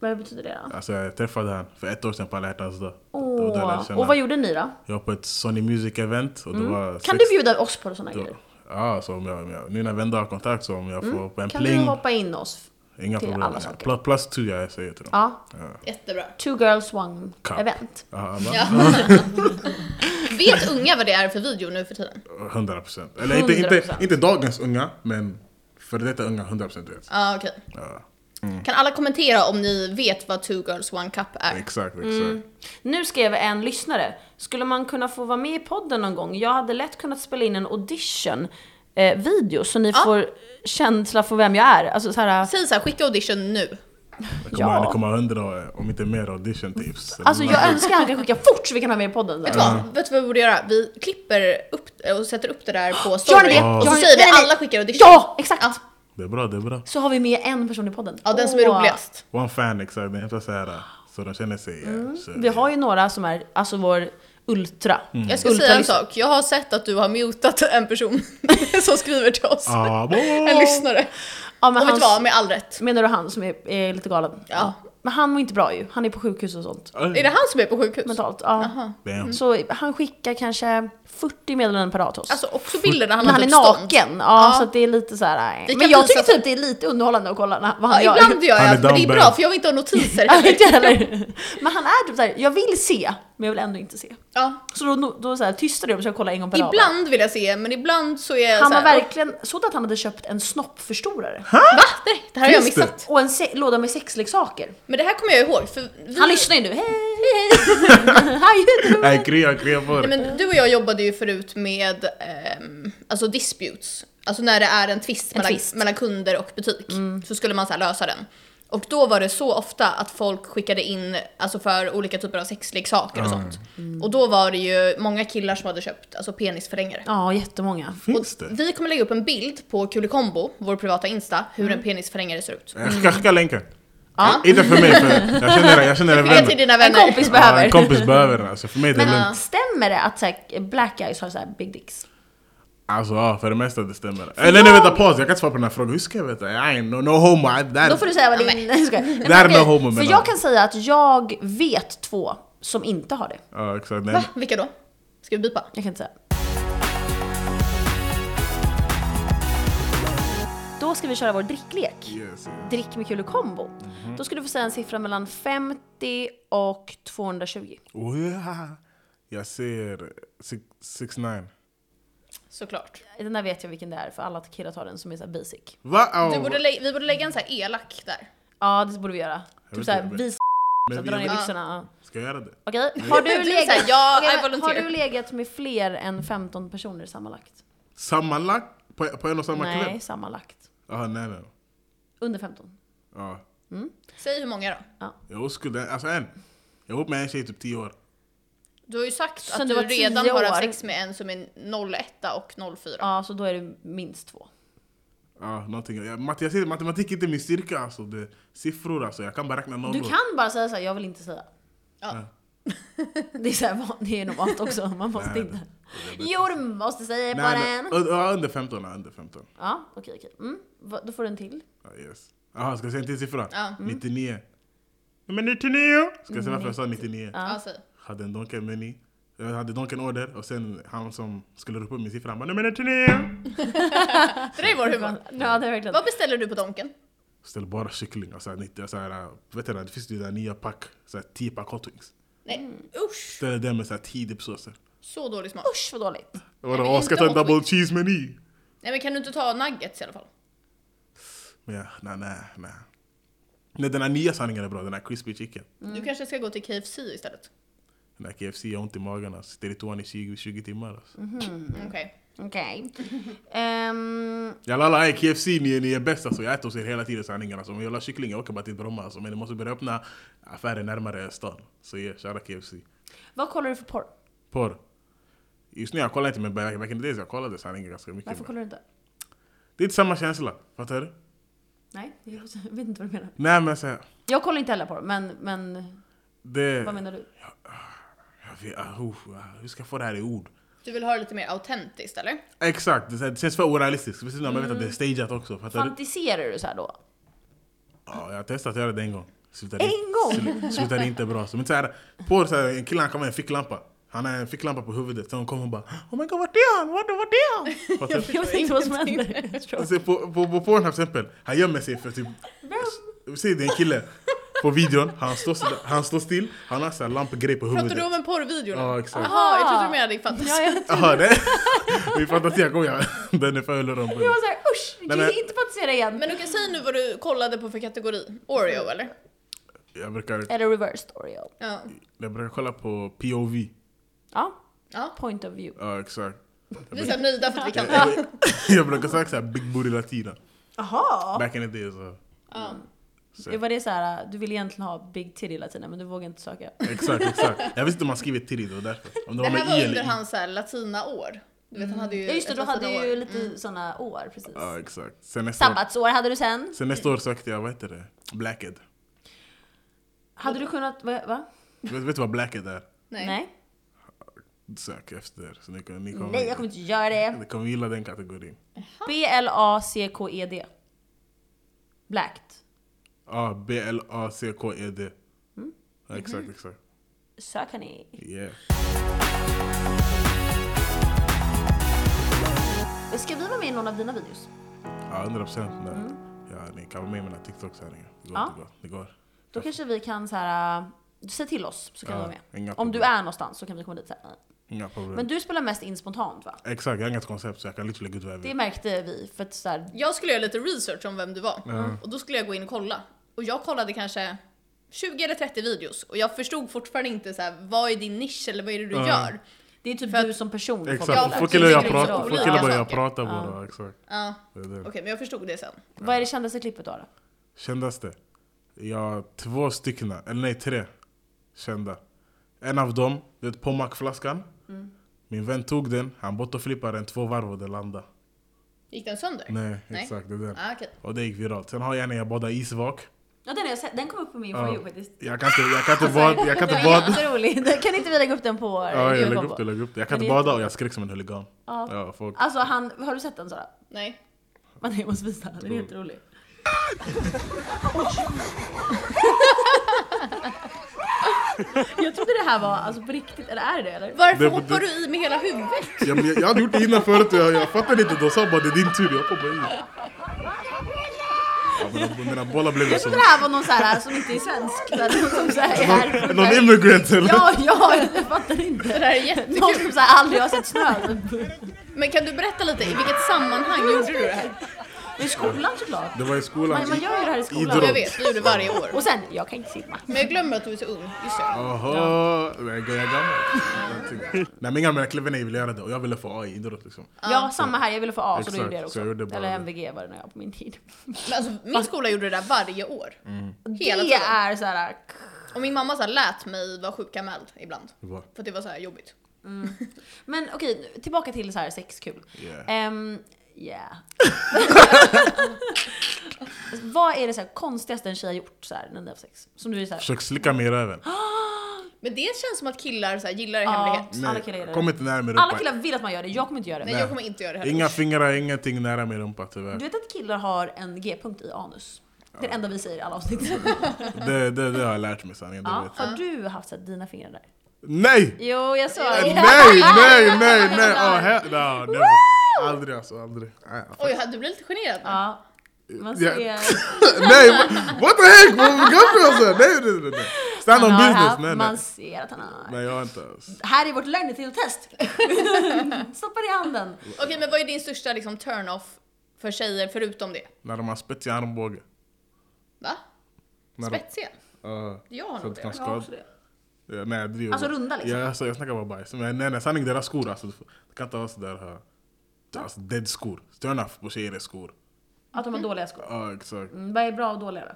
[SPEAKER 1] Vad betyder det då?
[SPEAKER 2] Alltså jag träffade han för ett år sedan på alla hjärtans dag. Det var då jag lärde
[SPEAKER 1] Åh,
[SPEAKER 2] känna
[SPEAKER 1] och vad gjorde ni då?
[SPEAKER 2] Jag var på ett Sony Music event och det var
[SPEAKER 1] Kan
[SPEAKER 2] sex-
[SPEAKER 1] du bjuda oss på sådana grejer?
[SPEAKER 2] Ja, så om jag, om jag, nu när vänner har kontakt så om jag får på
[SPEAKER 1] Mm.
[SPEAKER 2] en
[SPEAKER 1] Kan
[SPEAKER 2] pling,
[SPEAKER 1] du hoppa in oss?
[SPEAKER 2] inga
[SPEAKER 1] till
[SPEAKER 2] problem.
[SPEAKER 1] alla
[SPEAKER 2] Ja,
[SPEAKER 1] saker?
[SPEAKER 2] Plus, plus two jag säger till dem.
[SPEAKER 1] Ja.
[SPEAKER 3] Jättebra.
[SPEAKER 1] Two girls one
[SPEAKER 2] Cup.
[SPEAKER 1] event.
[SPEAKER 2] Ja,
[SPEAKER 3] Ja. Vet unga vad det är för video nu för tiden?
[SPEAKER 2] va? 100 procent. Eller inte, inte,
[SPEAKER 1] 100%.
[SPEAKER 2] inte dagens unga, men före detta unga 100 procent vet.
[SPEAKER 3] Ja okej. Mm.
[SPEAKER 2] Ja,
[SPEAKER 3] Kan alla kommentera om ni vet vad two girls one cup är?
[SPEAKER 2] exakt, exakt.
[SPEAKER 1] Mm. Nu skrev en lyssnare, skulle man kunna få vara med i podden någon gång? Jag hade lätt kunnat spela in en audition eh, video så ni får känsla för vem jag är. Alltså så här,
[SPEAKER 3] Säg såhär, skicka audition nu.
[SPEAKER 2] Det kommer,
[SPEAKER 1] Ja.
[SPEAKER 2] det kommer hundra, eh, om inte mer audition tips.
[SPEAKER 1] alltså jag önskar han kan skicka fort så vi kan ha med i podden.
[SPEAKER 3] Vet du vad? Vet du vad vi borde göra? Vi klipper upp och sätter upp det där på
[SPEAKER 1] Gör ni
[SPEAKER 3] story
[SPEAKER 1] det?
[SPEAKER 3] och
[SPEAKER 1] Gör
[SPEAKER 3] så
[SPEAKER 1] ni-
[SPEAKER 3] säger vi
[SPEAKER 1] nej, nej.
[SPEAKER 3] alla skickar audition.
[SPEAKER 1] Ja, exakt!
[SPEAKER 3] Ja.
[SPEAKER 2] Det är bra, det är bra.
[SPEAKER 1] Så har vi med en person i podden.
[SPEAKER 3] Ja, den som är
[SPEAKER 1] Åh.
[SPEAKER 3] roligast.
[SPEAKER 2] One fan, exakt. Det är inte så här, eh, så de känner sig... eh, så-
[SPEAKER 1] Mm. Vi har ju några som är alltså vår ultra.
[SPEAKER 3] Jag ska säga en sak, jag har sett att du har mutat en person (laughs) som skriver till oss.
[SPEAKER 2] Ah, bo-
[SPEAKER 3] En lyssnare.
[SPEAKER 1] Ja,
[SPEAKER 3] Och
[SPEAKER 1] men
[SPEAKER 3] vet du
[SPEAKER 1] han,
[SPEAKER 3] vad, med all rätt.
[SPEAKER 1] menar du han som är, är lite galen?
[SPEAKER 3] Ja.
[SPEAKER 1] Men han mår inte bra ju. Han är på sjukhus och sånt.
[SPEAKER 3] Är det han som är på sjukhus?
[SPEAKER 1] Mentalt. Ja.
[SPEAKER 3] Mm.
[SPEAKER 2] Damn.
[SPEAKER 1] Så han skickar kanske 40 meddelanden per dag till oss.
[SPEAKER 3] Alltså också bilder när han
[SPEAKER 1] när
[SPEAKER 3] har
[SPEAKER 1] han är
[SPEAKER 3] typ stånd.
[SPEAKER 1] naken. Ja,
[SPEAKER 3] Ja.
[SPEAKER 1] så att det är lite så här. nej.
[SPEAKER 3] Vi kan
[SPEAKER 1] Men jag
[SPEAKER 3] visa
[SPEAKER 1] tycker
[SPEAKER 3] så-
[SPEAKER 1] typ det är lite underhållande att kolla när, vad
[SPEAKER 3] Ja,
[SPEAKER 1] han
[SPEAKER 3] ibland
[SPEAKER 1] gör.
[SPEAKER 3] gör jag
[SPEAKER 2] Han är
[SPEAKER 3] det, men det är
[SPEAKER 2] down
[SPEAKER 3] bra
[SPEAKER 2] bad.
[SPEAKER 3] för jag vill inte ha några notiser
[SPEAKER 1] (laughs) Ja,
[SPEAKER 3] heller.
[SPEAKER 1] inte heller. Men han är typ såhär, jag vill se, men jag vill ändå inte se.
[SPEAKER 3] Ja.
[SPEAKER 1] Så då, då så här, tystar jag och försöker kolla en gång per dag.
[SPEAKER 3] Ibland vill jag se, men ibland så är jag
[SPEAKER 1] Han
[SPEAKER 3] så
[SPEAKER 1] har
[SPEAKER 3] här,
[SPEAKER 1] verkligen, såg du att han hade köpt en snoppförstorare?
[SPEAKER 3] Va? Nej, det här har jag
[SPEAKER 2] Finns det?
[SPEAKER 3] missat.
[SPEAKER 1] Och en se- låda med sexleksaker.
[SPEAKER 3] Men det här kommer jag ihåg, för vi,
[SPEAKER 1] Han lyssnar ju nu, hej hej! (laughs) How you
[SPEAKER 3] (laughs)
[SPEAKER 1] doing?
[SPEAKER 2] Nej, krya, krya på det.
[SPEAKER 3] Nej, men du och jag jobbade ju förut med ehm, alltså disputes, alltså när det är en tvist, mellan,
[SPEAKER 1] tvist.
[SPEAKER 3] mellan kunder och butik. Så skulle man så här lösa den. Och då var det så ofta att folk skickade in alltså för olika typer av sexleksaker och
[SPEAKER 2] Ja.
[SPEAKER 3] sånt. Och då var det ju många killar som hade köpt alltså penisförlängare.
[SPEAKER 1] Ja, jättemånga.
[SPEAKER 2] Finns det?
[SPEAKER 3] Och vi kommer lägga upp en bild på Kulikombo, vår privata Insta, hur en penisförlängare ser ut.
[SPEAKER 2] Jag ska skicka länken.
[SPEAKER 3] Ja.
[SPEAKER 2] Inte för mig, för jag känner, jag känner en
[SPEAKER 3] Skicka till
[SPEAKER 2] vän.
[SPEAKER 3] dina
[SPEAKER 1] En
[SPEAKER 3] vänner.
[SPEAKER 1] kompis
[SPEAKER 2] Ja,
[SPEAKER 1] behöver.
[SPEAKER 2] en kompis behöver den. Alltså, för mig är det
[SPEAKER 3] Men,
[SPEAKER 2] lugnt.
[SPEAKER 3] ja.
[SPEAKER 1] Stämmer det att så här, black guys har så här big dicks?
[SPEAKER 2] Alltså ja, för det mesta det stämmer. Eller nej vänta, paus. Jag kan inte svara på den här frågan. Hur ska jag veta? Jag är no, oh no homo. I- Där,
[SPEAKER 1] Då får du säga vad
[SPEAKER 3] Ja,
[SPEAKER 1] din... Nej, (laughs) jag skojar. Nej, men
[SPEAKER 2] Där är
[SPEAKER 1] okej,
[SPEAKER 2] med homo,
[SPEAKER 1] För
[SPEAKER 2] menar
[SPEAKER 1] jag
[SPEAKER 2] jag.
[SPEAKER 1] kan säga att jag vet två som inte har det.
[SPEAKER 2] Ja, exakt. Nej.
[SPEAKER 3] Va? Vilka då? Ska vi bipa?
[SPEAKER 1] Jag kan inte säga. Då ska vi köra vår dricklek.
[SPEAKER 2] Yes.
[SPEAKER 1] Drick med kul och kombo.
[SPEAKER 2] Mhm.
[SPEAKER 1] Då ska du få säga en siffra mellan 50 och 220.
[SPEAKER 2] Oh, ja. Jag ser 6 9
[SPEAKER 3] Såklart.
[SPEAKER 1] Den där vet jag vilken det är för alla killar tar den som är så här basic.
[SPEAKER 2] Va?
[SPEAKER 3] Du
[SPEAKER 2] Oh.
[SPEAKER 3] borde lä- vi borde lägga en så här elak där.
[SPEAKER 1] Ja, det borde vi göra.
[SPEAKER 2] Jag
[SPEAKER 1] Typ
[SPEAKER 2] vet
[SPEAKER 1] såhär
[SPEAKER 2] inte, jag
[SPEAKER 1] visa
[SPEAKER 2] Men
[SPEAKER 1] och
[SPEAKER 2] vi-
[SPEAKER 1] dra ner
[SPEAKER 2] jag-
[SPEAKER 1] byxorna. ja.
[SPEAKER 2] Ska jag göra det?
[SPEAKER 1] Okej, har
[SPEAKER 3] (laughs) Du är
[SPEAKER 1] du
[SPEAKER 3] såhär,
[SPEAKER 1] legat...
[SPEAKER 3] ja,
[SPEAKER 1] Okej,
[SPEAKER 3] I
[SPEAKER 1] men har
[SPEAKER 3] volunteer.
[SPEAKER 1] du legat med fler än 15 personer sammanlagt?
[SPEAKER 2] Sammanlagt? På, på en och samma kväll?
[SPEAKER 1] Nej, sammanlagt.
[SPEAKER 2] Ah, nej, nej.
[SPEAKER 1] Under 15.
[SPEAKER 2] Ja.
[SPEAKER 3] Säg hur många då?
[SPEAKER 2] Jag var skuld, alltså en. Jag var ihop med en tjej i typ 10 år.
[SPEAKER 3] Du har ju sagt
[SPEAKER 1] Sen
[SPEAKER 3] att
[SPEAKER 1] du
[SPEAKER 3] du
[SPEAKER 1] var tio
[SPEAKER 3] redan har haft
[SPEAKER 1] år.
[SPEAKER 3] sex med en som är 01 och 04.
[SPEAKER 1] Ja, så då är det minst två.
[SPEAKER 2] Ja, någonting. Jag, matte, jag ser, matematik är inte min styrka alltså. Det, siffror alltså, jag kan bara räkna nollor.
[SPEAKER 1] Du kan bara säga såhär, jag vill inte säga.
[SPEAKER 3] Ja.
[SPEAKER 1] (laughs) Det är, så här, van- det är normalt också, man måste
[SPEAKER 2] Nej,
[SPEAKER 1] inte. Jo, du måste säga på
[SPEAKER 2] Nej, nej.
[SPEAKER 1] den.
[SPEAKER 2] Under- ja, Under 15, ja, under 15.
[SPEAKER 1] Ja, okej, okej. Mm. Va- Då får du en till.
[SPEAKER 2] Ja, yes. Jaha, ska jag säga en till siffra?
[SPEAKER 3] Ja.
[SPEAKER 2] 99. Nej, Men 99! Ska jag säga varför jag sa 99?
[SPEAKER 3] Ja, säg.
[SPEAKER 2] Hade en Donken meny. Jag hade Donken order och sen han som skulle ropa upp min siffra, han bara "Nummer 99!
[SPEAKER 3] Det där är vår humor.
[SPEAKER 1] Ja, det är verkligen.
[SPEAKER 3] Vad beställer du på Donken?
[SPEAKER 2] Ställ bara kyckling, alltså 90, så här, äh, vet du det, det finns ju där nya pack, så här, 10 pack hot wings.
[SPEAKER 3] Nej, usch.
[SPEAKER 2] Ställ det med så här 10 dippsåser.
[SPEAKER 3] Så dålig smak.
[SPEAKER 1] Mm. Usch vad dåligt.
[SPEAKER 2] Vadå,
[SPEAKER 3] men
[SPEAKER 2] åh, ska jag
[SPEAKER 3] inte
[SPEAKER 2] ta en
[SPEAKER 3] hot
[SPEAKER 2] double
[SPEAKER 3] wings.
[SPEAKER 2] cheese meny?
[SPEAKER 3] Nej men kan du inte ta nuggets i alla fall?
[SPEAKER 2] Men ja, nej, nej, nej. Nej, den här nya sanningen är bra, den här crispy chicken.
[SPEAKER 1] Mm.
[SPEAKER 3] Du kanske ska gå till KFC istället?
[SPEAKER 2] Den här KFC, jag har ont i magen alltså. Sitter i toan i 20, 20 timmar alltså.
[SPEAKER 1] Mm.
[SPEAKER 3] Okej.
[SPEAKER 1] Okej. Ehm,
[SPEAKER 2] Jalla alla, hey, KFC ni är, ni är bäst alltså. Jag äter hos er hela tiden sanningen alltså. Om jag vill ha kyckling, jag åker bara till Bromma alltså. Men ni måste börja öppna affärer närmare stan. Så ja, kära KFC.
[SPEAKER 1] vad kollar du för porr?
[SPEAKER 2] Porr. Just nu jag kollar inte men back back in the days jag kollade sanningen ganska mycket.
[SPEAKER 1] Varför kollar du inte?
[SPEAKER 2] Det är inte samma känsla, fattar du?
[SPEAKER 1] Nej, jag vet inte vad du menar.
[SPEAKER 2] Nej men såhär,
[SPEAKER 1] Jag kollar inte heller porr, men, men
[SPEAKER 2] det...
[SPEAKER 1] vad menar du?
[SPEAKER 2] Jag vet, ah, uff, ah, hur ska jag få det här i ord?
[SPEAKER 3] Du vill ha det lite mer autentiskt eller?
[SPEAKER 2] Exakt, det, är så här, det känns för orealistiskt. Speciellt när man vet att det
[SPEAKER 3] Mm.
[SPEAKER 2] är stageat också, fattar du?
[SPEAKER 1] Fantiserar du så här då?
[SPEAKER 2] Ja, jag har testat att göra det en gång. Slutade,
[SPEAKER 1] En gång?
[SPEAKER 2] slu- Slutade inte bra. Så, men så här, på så här, en kille han kom med en ficklampa. Han har en ficklampa på huvudet. Så hon kom och bara Oh my god, vart är han? Vart, vart är
[SPEAKER 3] (laughs)
[SPEAKER 2] han? Fattar du?
[SPEAKER 1] Jag vet inte vad som händer. (laughs) Jag tror-
[SPEAKER 2] Alltså, på, på, på Pornhub till exempel, han gömmer sig för typ... Säg det är en kille på videon, han står, så där- han står still, han har så här lampgrej på
[SPEAKER 3] Pratar du
[SPEAKER 2] huvudet.
[SPEAKER 3] om en porrvideo nu?
[SPEAKER 2] Ja, exakt.
[SPEAKER 3] Jaha, jag trodde du menade din fantasi.
[SPEAKER 1] Ja, jag, jag
[SPEAKER 2] Jaha, det... (laughs) Min fantasi, jag kommer göra... (laughs) Den är full och rumpen.
[SPEAKER 1] var såhär usch,
[SPEAKER 2] Nej,
[SPEAKER 1] kan
[SPEAKER 2] men-
[SPEAKER 1] inte fantisera igen.
[SPEAKER 3] Men du kan säga nu vad du kollade på för kategori. Oreo eller?
[SPEAKER 2] Jag brukar,
[SPEAKER 1] Eller reverse Oreo.
[SPEAKER 3] Ja.
[SPEAKER 2] jag brukar kolla på POV.
[SPEAKER 1] Ja,
[SPEAKER 3] ja.
[SPEAKER 1] point of view.
[SPEAKER 2] Ja, exakt.
[SPEAKER 3] Vi är så här nöjda för att vi kan.
[SPEAKER 2] Jag, jag, (laughs) jag brukar säga såhär, big booty latina.
[SPEAKER 1] Jaha!
[SPEAKER 2] Back in the days. så-
[SPEAKER 3] Ja.
[SPEAKER 2] så-
[SPEAKER 1] Var det så här, du ville egentligen ha Big Titty latina men du vågade inte söka?
[SPEAKER 2] Exakt, exakt. Jag visste inte om man skriver till det var därför. Om det
[SPEAKER 3] Det
[SPEAKER 2] var
[SPEAKER 3] här
[SPEAKER 2] med i
[SPEAKER 3] var
[SPEAKER 2] eller
[SPEAKER 3] under
[SPEAKER 2] i.
[SPEAKER 3] hans så här latinaår. Du vet han hade ju
[SPEAKER 1] Ja just det,
[SPEAKER 3] ett
[SPEAKER 1] du hade
[SPEAKER 3] latinaår.
[SPEAKER 1] ju lite såna år precis.
[SPEAKER 2] Ja, exakt. Sen nästa, år,
[SPEAKER 1] Sabbatsår hade du sen.
[SPEAKER 2] sen nästa år sökte jag, vad heter det? Blacked.
[SPEAKER 1] Hade du kunnat, va? va?
[SPEAKER 2] Vet, vet du vad blacked är?
[SPEAKER 3] Nej.
[SPEAKER 2] Sök efter. Så ni, kan- ni kommer,
[SPEAKER 1] Nej, jag kommer inte göra det.
[SPEAKER 2] Ni kommer gilla den kategorin.
[SPEAKER 1] B-L-A-C-K-E-D. E Blacked.
[SPEAKER 2] Ja, B-L-A-C-K-E-D. E, Ja, Exakt, exakt.
[SPEAKER 1] Sök hörni.
[SPEAKER 2] Yeah.
[SPEAKER 1] Ska vi vara med i någon av dina videos?
[SPEAKER 2] Ja, 100 procent. Ja, ni kan vara med i mina TikToks här. Det går,
[SPEAKER 1] Ja.
[SPEAKER 2] det går. Det går.
[SPEAKER 1] Då kanske vi kan så här. äh, Säg till oss så kan
[SPEAKER 2] Ja,
[SPEAKER 1] vi vara med.
[SPEAKER 2] inga
[SPEAKER 1] Om du
[SPEAKER 2] problem.
[SPEAKER 1] är någonstans så kan vi komma dit. Så här.
[SPEAKER 2] Inga problem.
[SPEAKER 1] Men du spelar mest in spontant va?
[SPEAKER 2] Exakt, jag har inget koncept så jag kan literally gå ut vad jag
[SPEAKER 1] Det
[SPEAKER 2] vill.
[SPEAKER 1] märkte vi för att så här,
[SPEAKER 3] Jag skulle göra lite research om vem du var och då skulle jag gå in och kolla. Och jag kollade kanske 20 eller 30 videos och jag förstod fortfarande inte så här, vad är din nisch eller vad är det du
[SPEAKER 2] Ja.
[SPEAKER 3] gör?
[SPEAKER 1] det är typ
[SPEAKER 3] För
[SPEAKER 1] du som person. folk
[SPEAKER 2] Exakt,
[SPEAKER 1] gillar.
[SPEAKER 3] Ja,
[SPEAKER 2] folk gillar
[SPEAKER 3] det
[SPEAKER 2] jag
[SPEAKER 3] är
[SPEAKER 2] pratar,
[SPEAKER 3] olika
[SPEAKER 2] folk gillar bara jag
[SPEAKER 3] saker.
[SPEAKER 2] pratar bara. Exakt.
[SPEAKER 3] Ja,
[SPEAKER 2] Det är det.
[SPEAKER 1] Alltså,
[SPEAKER 3] okej men jag förstod det sen.
[SPEAKER 1] Vad är det kändaste klippet då? då?
[SPEAKER 2] Kändaste? Ja, två stycken, eller nej tre kända. En av dem, det är Pommac-flaskan. Min vän tog den, han bottenflippade den två varv och den landade.
[SPEAKER 3] Gick den sönder?
[SPEAKER 2] Nej, exakt det är den.
[SPEAKER 3] Ah, okej.
[SPEAKER 2] Och det gick viralt. Sen har jag när jag badar isvak.
[SPEAKER 1] Ja, den, har jag sett, den kom upp på min
[SPEAKER 2] Ja.
[SPEAKER 1] For You faktiskt.
[SPEAKER 2] Jag kan inte, jag kan inte bada, jag kan
[SPEAKER 1] Den
[SPEAKER 2] inte
[SPEAKER 1] var
[SPEAKER 2] bada.
[SPEAKER 1] jätterolig. Den- (laughs) Kan inte vi lägga upp den på vår
[SPEAKER 2] Ja, jag
[SPEAKER 1] Google
[SPEAKER 2] lägger
[SPEAKER 1] Combo?
[SPEAKER 2] upp det, lägger upp det. Jag kan
[SPEAKER 1] Men
[SPEAKER 2] inte
[SPEAKER 1] det-
[SPEAKER 2] bada och jag skrek som en huligan.
[SPEAKER 1] Ja.
[SPEAKER 2] Ja, folk.
[SPEAKER 1] Alltså han, har du sett den Sara?
[SPEAKER 3] Nej.
[SPEAKER 1] Men jag måste visa, den är helt rolig. (laughs) jag trodde det här var alltså på riktigt, eller är det det eller?
[SPEAKER 3] Varför
[SPEAKER 2] Det-
[SPEAKER 3] hoppar
[SPEAKER 2] det-
[SPEAKER 3] du i med hela huvudet?
[SPEAKER 2] Jag, men jag hade gjort det innan förut och jag, jag fattade inte. De sa bara det är din tur, jag hoppade i. Ja, mina, mina bollar blev ju
[SPEAKER 1] Jag
[SPEAKER 2] som...
[SPEAKER 1] trodde det här var någon så här som inte är svensk, utan som så här är
[SPEAKER 2] Någon, någon immigrant eller?
[SPEAKER 1] Ja, ja, jag fattar inte.
[SPEAKER 3] Det där är jätte...
[SPEAKER 1] Någon som så här aldrig har sett snö. typ.
[SPEAKER 3] Men kan du berätta lite, i vilket sammanhang gjorde du det här?
[SPEAKER 1] I skolan såklart.
[SPEAKER 2] Det var i skolan.
[SPEAKER 1] Man, man gör ju det här i
[SPEAKER 3] Ja, Jag
[SPEAKER 1] skolan.
[SPEAKER 2] Idrott.
[SPEAKER 3] vet, du gjorde det varje år.
[SPEAKER 1] Och sen, jag kan inte simma.
[SPEAKER 3] Men jag glömmer att du är så ung, just det.
[SPEAKER 2] Jaha, men jag är gammal. Nej men inga av mina klubbvänner ville göra det och jag ville få A i idrott liksom.
[SPEAKER 1] Ja, samma här. Jag ville få A så då
[SPEAKER 2] Exakt,
[SPEAKER 1] gjorde jag det
[SPEAKER 2] så
[SPEAKER 1] också.
[SPEAKER 2] jag gjorde bara
[SPEAKER 1] Eller
[SPEAKER 2] det.
[SPEAKER 1] MVG var det när jag var på min tid.
[SPEAKER 3] Men alltså, min skola gjorde det där varje år.
[SPEAKER 2] Mm.
[SPEAKER 3] Hela
[SPEAKER 1] det
[SPEAKER 3] tiden.
[SPEAKER 1] är så här...
[SPEAKER 3] Och min mamma så här, lät mig vara sjukanmäld ibland.
[SPEAKER 2] Det var-
[SPEAKER 3] För att det var så här jobbigt.
[SPEAKER 1] Men okej, nu- tillbaka till så här sexkul.
[SPEAKER 2] Yeah.
[SPEAKER 1] Ehm, yeah. (laughs) Vad är det så här konstigaste en tjej har gjort så här, när ni har haft sex? Som du är så här,
[SPEAKER 2] Försök slicka mig i röven.
[SPEAKER 3] Men det känns som att killar så här, gillar i
[SPEAKER 1] Ja.
[SPEAKER 3] hemlighet.
[SPEAKER 1] alla killar gör det.
[SPEAKER 2] kom inte nära min rumpa.
[SPEAKER 1] alla killar vill att man gör det, jag kommer inte göra det.
[SPEAKER 3] Nej, jag kommer inte göra det heller.
[SPEAKER 2] Inga fingrar, ingenting nära min rumpa tyvärr.
[SPEAKER 1] Du vet att killar har en G-punkt i anus? Det är det enda vi säger i alla avsnitt.
[SPEAKER 2] Det, det, det har jag lärt mig sanningen. det
[SPEAKER 1] ja,
[SPEAKER 2] vet jag.
[SPEAKER 1] har du haft så här, dina fingrar där?
[SPEAKER 2] Nej!
[SPEAKER 1] Jo, jag sa
[SPEAKER 2] Nej,
[SPEAKER 1] det. (laughs)
[SPEAKER 2] nej, nej, nej! Oh, he- no, never. Aldrig alltså, aldrig. Nej,
[SPEAKER 3] Oj, du blir lite generad nu.
[SPEAKER 1] Ja, man ser...
[SPEAKER 2] (laughs) Ja. nej, what the heck? Vad gör du alltså? Nej, nej, nej, nej. Stand on
[SPEAKER 1] Man, har
[SPEAKER 2] business.
[SPEAKER 1] haft,
[SPEAKER 2] Nej, nej.
[SPEAKER 1] man ser att han har...
[SPEAKER 2] Nej, jag har inte ens.
[SPEAKER 1] Här är vårt
[SPEAKER 2] (laughs)
[SPEAKER 1] lögndetektortest! Stoppa det i handen!
[SPEAKER 3] Okej, men vad är din största liksom, turn-off för tjejer förutom det?
[SPEAKER 2] När de har spetsiga armbågar.
[SPEAKER 3] Va?
[SPEAKER 2] När de-
[SPEAKER 3] Spetsiga?
[SPEAKER 2] Ja.
[SPEAKER 3] Jag har
[SPEAKER 2] Så
[SPEAKER 3] nog
[SPEAKER 2] att
[SPEAKER 3] det.
[SPEAKER 2] kan skada. Ja, nej, jag driver.
[SPEAKER 1] Alltså runda liksom?
[SPEAKER 2] Ja, alltså, jag snackar bara bajs. Men nej, nej, sanning deras skor alltså. Det kan inte vara sådär här. Alltså dead skor. Turn off på tjejer är skor.
[SPEAKER 1] Att de har dåliga skor.
[SPEAKER 2] Ja, exakt.
[SPEAKER 1] Mm, vad är bra och dåliga då?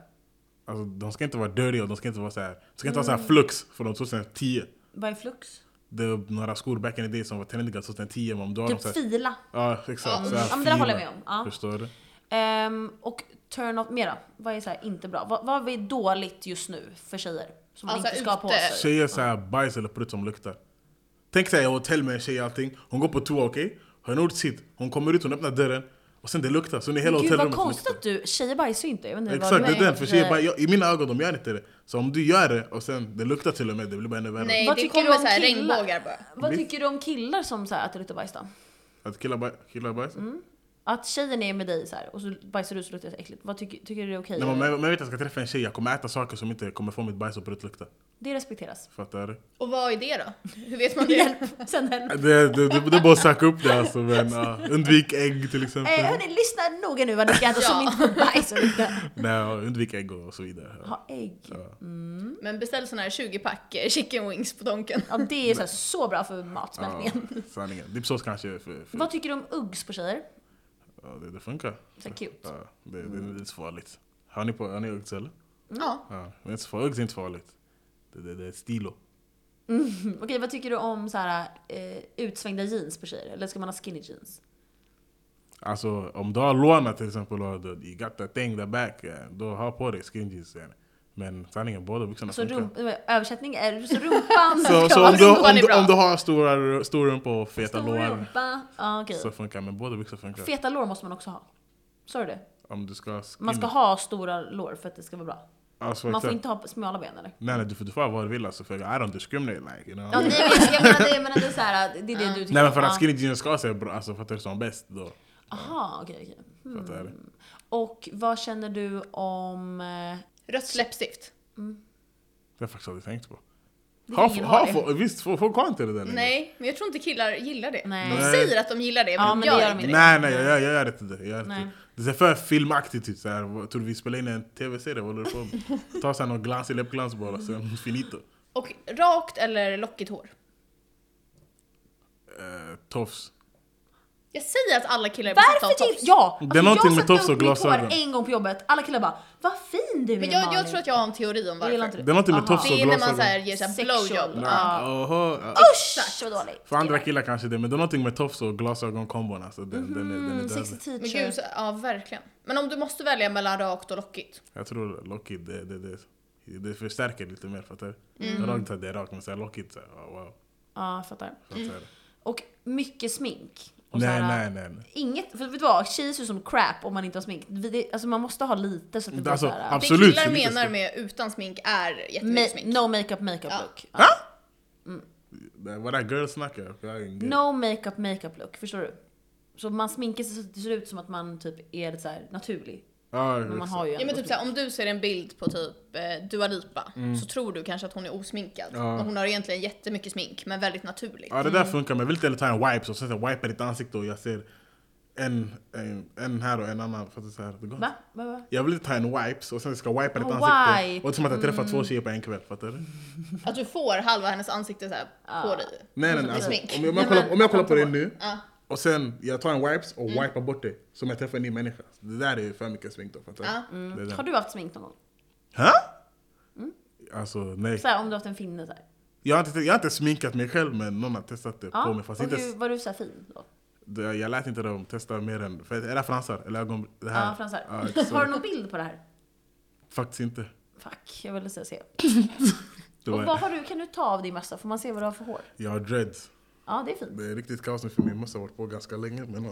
[SPEAKER 2] Alltså de ska inte vara dirty och de ska inte vara såhär. De ska inte ha
[SPEAKER 1] Mm.
[SPEAKER 2] såhär flux från 2010.
[SPEAKER 1] Vad är flux?
[SPEAKER 2] Det var några skor back in the day som var trendiga 2010 men om du har dem
[SPEAKER 1] Typ
[SPEAKER 2] såhär.
[SPEAKER 1] fila.
[SPEAKER 2] Ja, exakt. Så här
[SPEAKER 1] Ja, men det där håller jag
[SPEAKER 2] fina.
[SPEAKER 1] med om. Ja.
[SPEAKER 2] Förstår du?
[SPEAKER 1] Ehm, och turn off, mera. Vad är så här inte bra? Vad, vad är dåligt just nu för tjejer? Som man
[SPEAKER 3] Alltså,
[SPEAKER 1] inte ska ha på
[SPEAKER 3] ute.
[SPEAKER 1] sig?
[SPEAKER 2] Tjejer såhär bajs eller prutt som luktar. Tänk såhär, jag har hotell med en tjej och allting. Hon går på toa, okej? Hon har gjort sitt. Hon kommer ut, hon öppnar dörren. Och sen det luktar. Så ni hela
[SPEAKER 1] Gud vad
[SPEAKER 2] hotellrummet
[SPEAKER 1] konstigt att du, tjejer bajsar ju inte. Jag vet inte
[SPEAKER 2] Exakt, det är
[SPEAKER 1] vad du
[SPEAKER 2] den. För tjejer
[SPEAKER 1] eh,
[SPEAKER 2] bara, jag, i mina ögon, de gör inte det. Så om du gör det och sen det luktar till och med, det blir bara ännu värre.
[SPEAKER 3] Nej,
[SPEAKER 1] Vad
[SPEAKER 3] det
[SPEAKER 1] tycker du
[SPEAKER 3] kommer
[SPEAKER 1] om
[SPEAKER 3] så här
[SPEAKER 1] killar?
[SPEAKER 3] regnbågar bara.
[SPEAKER 1] Vad
[SPEAKER 2] Mitt-
[SPEAKER 1] tycker du om killar som så här, att det luktar bajs då?
[SPEAKER 2] Att killar, baj, killar bajsar.
[SPEAKER 1] Mm. Att tjejen är med dig så här, och så bajsar du så luktar det så äckligt. Vad tycker, tycker du det är okej?
[SPEAKER 2] Nej, men om jag- om jag vet att jag ska träffa en tjej, jag kommer äta saker som inte kommer få mitt bajs och prutt lukta.
[SPEAKER 1] det respekteras.
[SPEAKER 2] Fattar du?
[SPEAKER 3] Och vad är det då? (laughs) Hur vet man det?
[SPEAKER 1] Hjälp! Sen hjälp.
[SPEAKER 2] Det, det, det, det är bara att söka upp det alltså. Men, ja. undvik ägg till exempel.
[SPEAKER 1] Eh, hörni, lyssna noga nu vad
[SPEAKER 2] (laughs)
[SPEAKER 1] ni ska äta som
[SPEAKER 3] Ja.
[SPEAKER 1] inte får bajs och luktar.
[SPEAKER 2] Nej, ja, undvik ägg och så vidare. Ja.
[SPEAKER 1] Ha ägg.
[SPEAKER 3] Men beställ sån här 20-pack eh, chicken wings på Donken.
[SPEAKER 1] Ja, det är så, här, så bra för matsmältningen.
[SPEAKER 2] Ja, sanningen. Dipsås kanske är för... för
[SPEAKER 1] Vad tycker du om uggs på tjejer?
[SPEAKER 2] ja, det, det funkar.
[SPEAKER 1] Så här cute.
[SPEAKER 2] Ja, det, det, det är inte så farligt. Har ni, på, har ni uggs eller?
[SPEAKER 1] Mm.
[SPEAKER 3] Ja.
[SPEAKER 2] Ja, men inte så farligt. Uggs är inte farligt. Det, det, det är stilo.
[SPEAKER 1] Mm, (laughs) Okej, vad tycker du om så här, eh, utsvängda jeans på tjejer? Eller ska man ha skinny jeans?
[SPEAKER 2] Alltså om du har lånat till exempel och du you got that thing the back, eh, då ha på dig skin jeans. eh. Men sanningen, båda byxorna
[SPEAKER 1] Så
[SPEAKER 2] funkar.
[SPEAKER 1] rump, eh, översättning är så rumpan
[SPEAKER 2] (laughs) Så,
[SPEAKER 1] ska
[SPEAKER 2] så
[SPEAKER 1] vara
[SPEAKER 2] om, du,
[SPEAKER 3] rumpan
[SPEAKER 2] om,
[SPEAKER 3] är
[SPEAKER 2] du,
[SPEAKER 3] bra.
[SPEAKER 2] om du har stora, stor rumpa och feta
[SPEAKER 1] stor
[SPEAKER 2] lår
[SPEAKER 1] rumpa. Ja, okej.
[SPEAKER 2] så funkar men båda byxor funkar.
[SPEAKER 1] Feta lår måste man också ha. Sa du det?
[SPEAKER 2] Om du ska ha skin.
[SPEAKER 1] Man ska ha stora lår för att det ska vara bra.
[SPEAKER 2] alltså,
[SPEAKER 1] Man får
[SPEAKER 2] exakt.
[SPEAKER 1] inte ha smala ben eller?
[SPEAKER 2] Nej nej, du får, du får ha vad du vill alltså, för I don't discriminate like you know.
[SPEAKER 1] Ja, nej, men jag menar det, jag menar det är så här, det är det du tycker
[SPEAKER 2] Nej men
[SPEAKER 1] om.
[SPEAKER 2] för
[SPEAKER 1] Ja.
[SPEAKER 2] att skinny jeans ska se bra, alltså fattar du som bäst då.
[SPEAKER 1] Aha, okej, okej. Mm.
[SPEAKER 2] Fattar du?
[SPEAKER 1] Och vad känner du om... eh,
[SPEAKER 3] Rött läppstift.
[SPEAKER 2] Det har jag faktiskt aldrig tänkt på.
[SPEAKER 1] Det
[SPEAKER 2] Ha,
[SPEAKER 1] ingen
[SPEAKER 2] ha,
[SPEAKER 1] det.
[SPEAKER 2] få- visst, folk folk har inte det där längre.
[SPEAKER 3] Nej, men jag tror inte killar gillar det.
[SPEAKER 1] Nej.
[SPEAKER 3] De
[SPEAKER 2] Nej.
[SPEAKER 3] säger att de gillar det, men,
[SPEAKER 1] Ja,
[SPEAKER 3] de
[SPEAKER 1] men
[SPEAKER 3] gör
[SPEAKER 1] det gör de
[SPEAKER 3] inte det.
[SPEAKER 1] inte.
[SPEAKER 2] Nej, nej, jag, jag jag gör inte det. Jag gör
[SPEAKER 1] Nej.
[SPEAKER 2] inte. det. Det är för filmaktigt ut. så här. Vad- Tror du vi spelar in en tv-serie? Vad håller du på
[SPEAKER 1] (laughs)
[SPEAKER 2] med? Ta såhär någon glansig läppglans bara, sen finito.
[SPEAKER 3] Och rakt eller lockigt hår?
[SPEAKER 2] Eh, tofs.
[SPEAKER 3] Jag säger att alla killar är besatta av
[SPEAKER 1] Varför till?
[SPEAKER 3] tofs.
[SPEAKER 1] Ja! alltså,
[SPEAKER 2] Det är någonting med
[SPEAKER 1] jag satte
[SPEAKER 2] tofs och
[SPEAKER 1] upp mitt hår
[SPEAKER 2] glasögon.
[SPEAKER 1] en gång på jobbet, alla killar bara Vad fin in du
[SPEAKER 3] Men
[SPEAKER 1] med
[SPEAKER 3] jag, jag
[SPEAKER 1] Malin.
[SPEAKER 3] tror att jag har en teori om
[SPEAKER 1] Jag gillar inte
[SPEAKER 3] varför.
[SPEAKER 1] det.
[SPEAKER 2] Det är något med
[SPEAKER 1] Aha.
[SPEAKER 2] tofs och
[SPEAKER 3] Det är när man
[SPEAKER 2] glasögon.
[SPEAKER 3] så här ger såhär
[SPEAKER 1] Sexual.
[SPEAKER 3] blowjob.
[SPEAKER 2] Nej,
[SPEAKER 3] Ja.
[SPEAKER 2] aha, ja.
[SPEAKER 1] Usch vad Mm, dåligt.
[SPEAKER 2] För andra killar kanske det, men det är någonting med tofs och glasögonkombon alltså. Den, den, är- den är
[SPEAKER 1] Mm, sexy
[SPEAKER 2] död.
[SPEAKER 3] Men
[SPEAKER 1] teacher.
[SPEAKER 3] gud, så, ja verkligen. Men om du måste välja mellan rakt och lockigt?
[SPEAKER 2] Jag tror lockigt, det, det, det, det förstärker lite mer fattar du?
[SPEAKER 1] Mm.
[SPEAKER 2] Rakt att det är rakt, men så här lockigt så här, wow, wow.
[SPEAKER 1] Ja, jag fattar.
[SPEAKER 2] Fattar du?
[SPEAKER 1] Och mycket smink. Mm. Och så
[SPEAKER 2] Nej,
[SPEAKER 1] här,
[SPEAKER 2] nej, nej. nej.
[SPEAKER 1] Inget, för vet du vad? Tjejer ser ut som crap om man inte har smink. Vi- det- Alltså man måste ha lite så att det blir
[SPEAKER 2] Alltså,
[SPEAKER 1] såhär...
[SPEAKER 2] abs-
[SPEAKER 1] uh,
[SPEAKER 2] Absolut,
[SPEAKER 3] Det killar
[SPEAKER 2] det är
[SPEAKER 3] menar
[SPEAKER 2] lite
[SPEAKER 3] med utan smink är
[SPEAKER 1] ma-
[SPEAKER 3] jättemycket smink.
[SPEAKER 1] no makeup makeup
[SPEAKER 3] Ja.
[SPEAKER 1] look. Ja.
[SPEAKER 2] Det var det girl snackar. Jag är en girl.
[SPEAKER 1] No makeup makeup look, förstår du? Så man sminkar sig så att det ser ut som att man typ är lite så här naturlig.
[SPEAKER 2] Ja,
[SPEAKER 1] Men man
[SPEAKER 2] exakt.
[SPEAKER 1] har ju
[SPEAKER 3] Ja, men
[SPEAKER 1] ändå
[SPEAKER 3] typ såhär, om du ser en bild på typ eh, Dua Lipa så tror du kanske att hon är osminkad.
[SPEAKER 2] Mm. Ja.
[SPEAKER 3] Men hon har egentligen jättemycket smink men väldigt naturligt.
[SPEAKER 2] Ja det
[SPEAKER 1] Mm.
[SPEAKER 2] där funkar, men jag vill inte ta en wipe så sen så wipar ditt ansikte och jag ser en, en, en här och en annan. Fattar du? Så här, det går.
[SPEAKER 1] Va? Va? Va?
[SPEAKER 2] Jag vill inte ta en wipe och sen ska jag wipa ditt
[SPEAKER 1] Ah,
[SPEAKER 2] ansikte.
[SPEAKER 1] wipe. Mm.
[SPEAKER 2] Och det är som att jag träffar två tjejer på en kväll, fattar du?
[SPEAKER 3] Att du får halva hennes ansikte såhär på dig.
[SPEAKER 2] Nej, nej, nej.
[SPEAKER 3] är
[SPEAKER 2] Alltså,
[SPEAKER 3] smink.
[SPEAKER 2] om, jag, om, jag kollar, om jag kollar på dig nu och sen jag tar en wipes och
[SPEAKER 3] Mm.
[SPEAKER 2] wipar bort dig som jag träffar en ny människa. Det där är för mycket smink då, fattar du?
[SPEAKER 3] Ja.
[SPEAKER 2] Det är det.
[SPEAKER 1] Mm. Har du haft smink någon gång?
[SPEAKER 2] Hä? Alltså nej.
[SPEAKER 1] Så här, om du har haft en finne såhär?
[SPEAKER 2] Jag har, inte, jag har inte sminkat mig själv men någon har testat det på
[SPEAKER 1] Ja.
[SPEAKER 2] mig. Fast
[SPEAKER 1] och
[SPEAKER 2] inte,
[SPEAKER 1] hur, var du såhär fin då?
[SPEAKER 2] det- jag lät inte dem testa mer än, för är det fransar? Eller ögon, det här?
[SPEAKER 1] Ja, fransar.
[SPEAKER 2] Ja, exakt.
[SPEAKER 1] (laughs) har du någon bild på det här?
[SPEAKER 2] Faktiskt inte.
[SPEAKER 1] Fuck, jag ville säga se.
[SPEAKER 2] Det
[SPEAKER 1] Och vad
[SPEAKER 2] var,
[SPEAKER 1] har du, kan du ta av din mössa? Får man se vad du har för hår?
[SPEAKER 2] jag har dreads.
[SPEAKER 1] Ja, det är fint.
[SPEAKER 2] Det är riktigt kaos nu för min mössa har varit på ganska länge. Men, ja.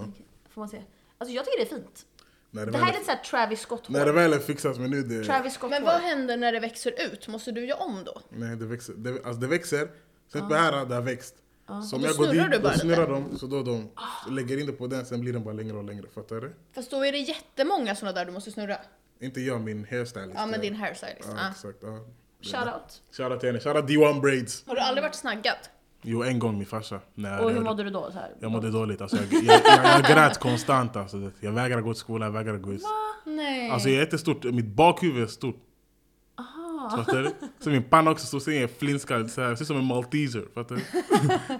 [SPEAKER 1] Får man se. Alltså jag tycker det är fint.
[SPEAKER 2] när, det
[SPEAKER 1] Det
[SPEAKER 2] väl,
[SPEAKER 1] här är lite såhär Travis Scott-hår.
[SPEAKER 2] när det väl är fixat, men nu det...
[SPEAKER 1] Travis Scott
[SPEAKER 3] Men vad händer när det växer ut? Måste du göra om då?
[SPEAKER 2] Nej, det växer. Det, alltså det växer. Sen på här, det har växt. Så om
[SPEAKER 3] Ah. Då
[SPEAKER 2] jag går
[SPEAKER 3] snurrar du
[SPEAKER 2] dit, då
[SPEAKER 3] bara Ah.
[SPEAKER 2] snurrar de, så då de lägger in det på den, sen blir den bara längre och längre. Fattar du?
[SPEAKER 3] Fast då är det jättemånga sådana där du måste snurra.
[SPEAKER 2] Inte jag, min hairstylist.
[SPEAKER 3] Ja men din Ah.
[SPEAKER 2] Ja,
[SPEAKER 3] hairstylist.
[SPEAKER 2] ja.
[SPEAKER 3] Ja.
[SPEAKER 2] exakt. Ja.
[SPEAKER 1] Shoutout.
[SPEAKER 2] Shoutout till henne. Shoutout D1 Braids.
[SPEAKER 3] Har du aldrig varit snaggad?
[SPEAKER 2] Jo, en gång min farsa. När
[SPEAKER 1] Och
[SPEAKER 2] jag-
[SPEAKER 1] hur mådde du då? Så här?
[SPEAKER 2] Jag mådde dåligt. Alltså, jag, jag, jag, jag grät konstant. Alltså. Det- Jag vägrade gå till skolan, jag vägrade gå ut.
[SPEAKER 3] Nej.
[SPEAKER 2] Alltså jag är jättestort, mitt bakhuvud är stort.
[SPEAKER 3] Ah.
[SPEAKER 2] Fattar du? Så min panna också stor, sen är jag flintskallig så här. Jag ser ut som en malteser. Fattar du?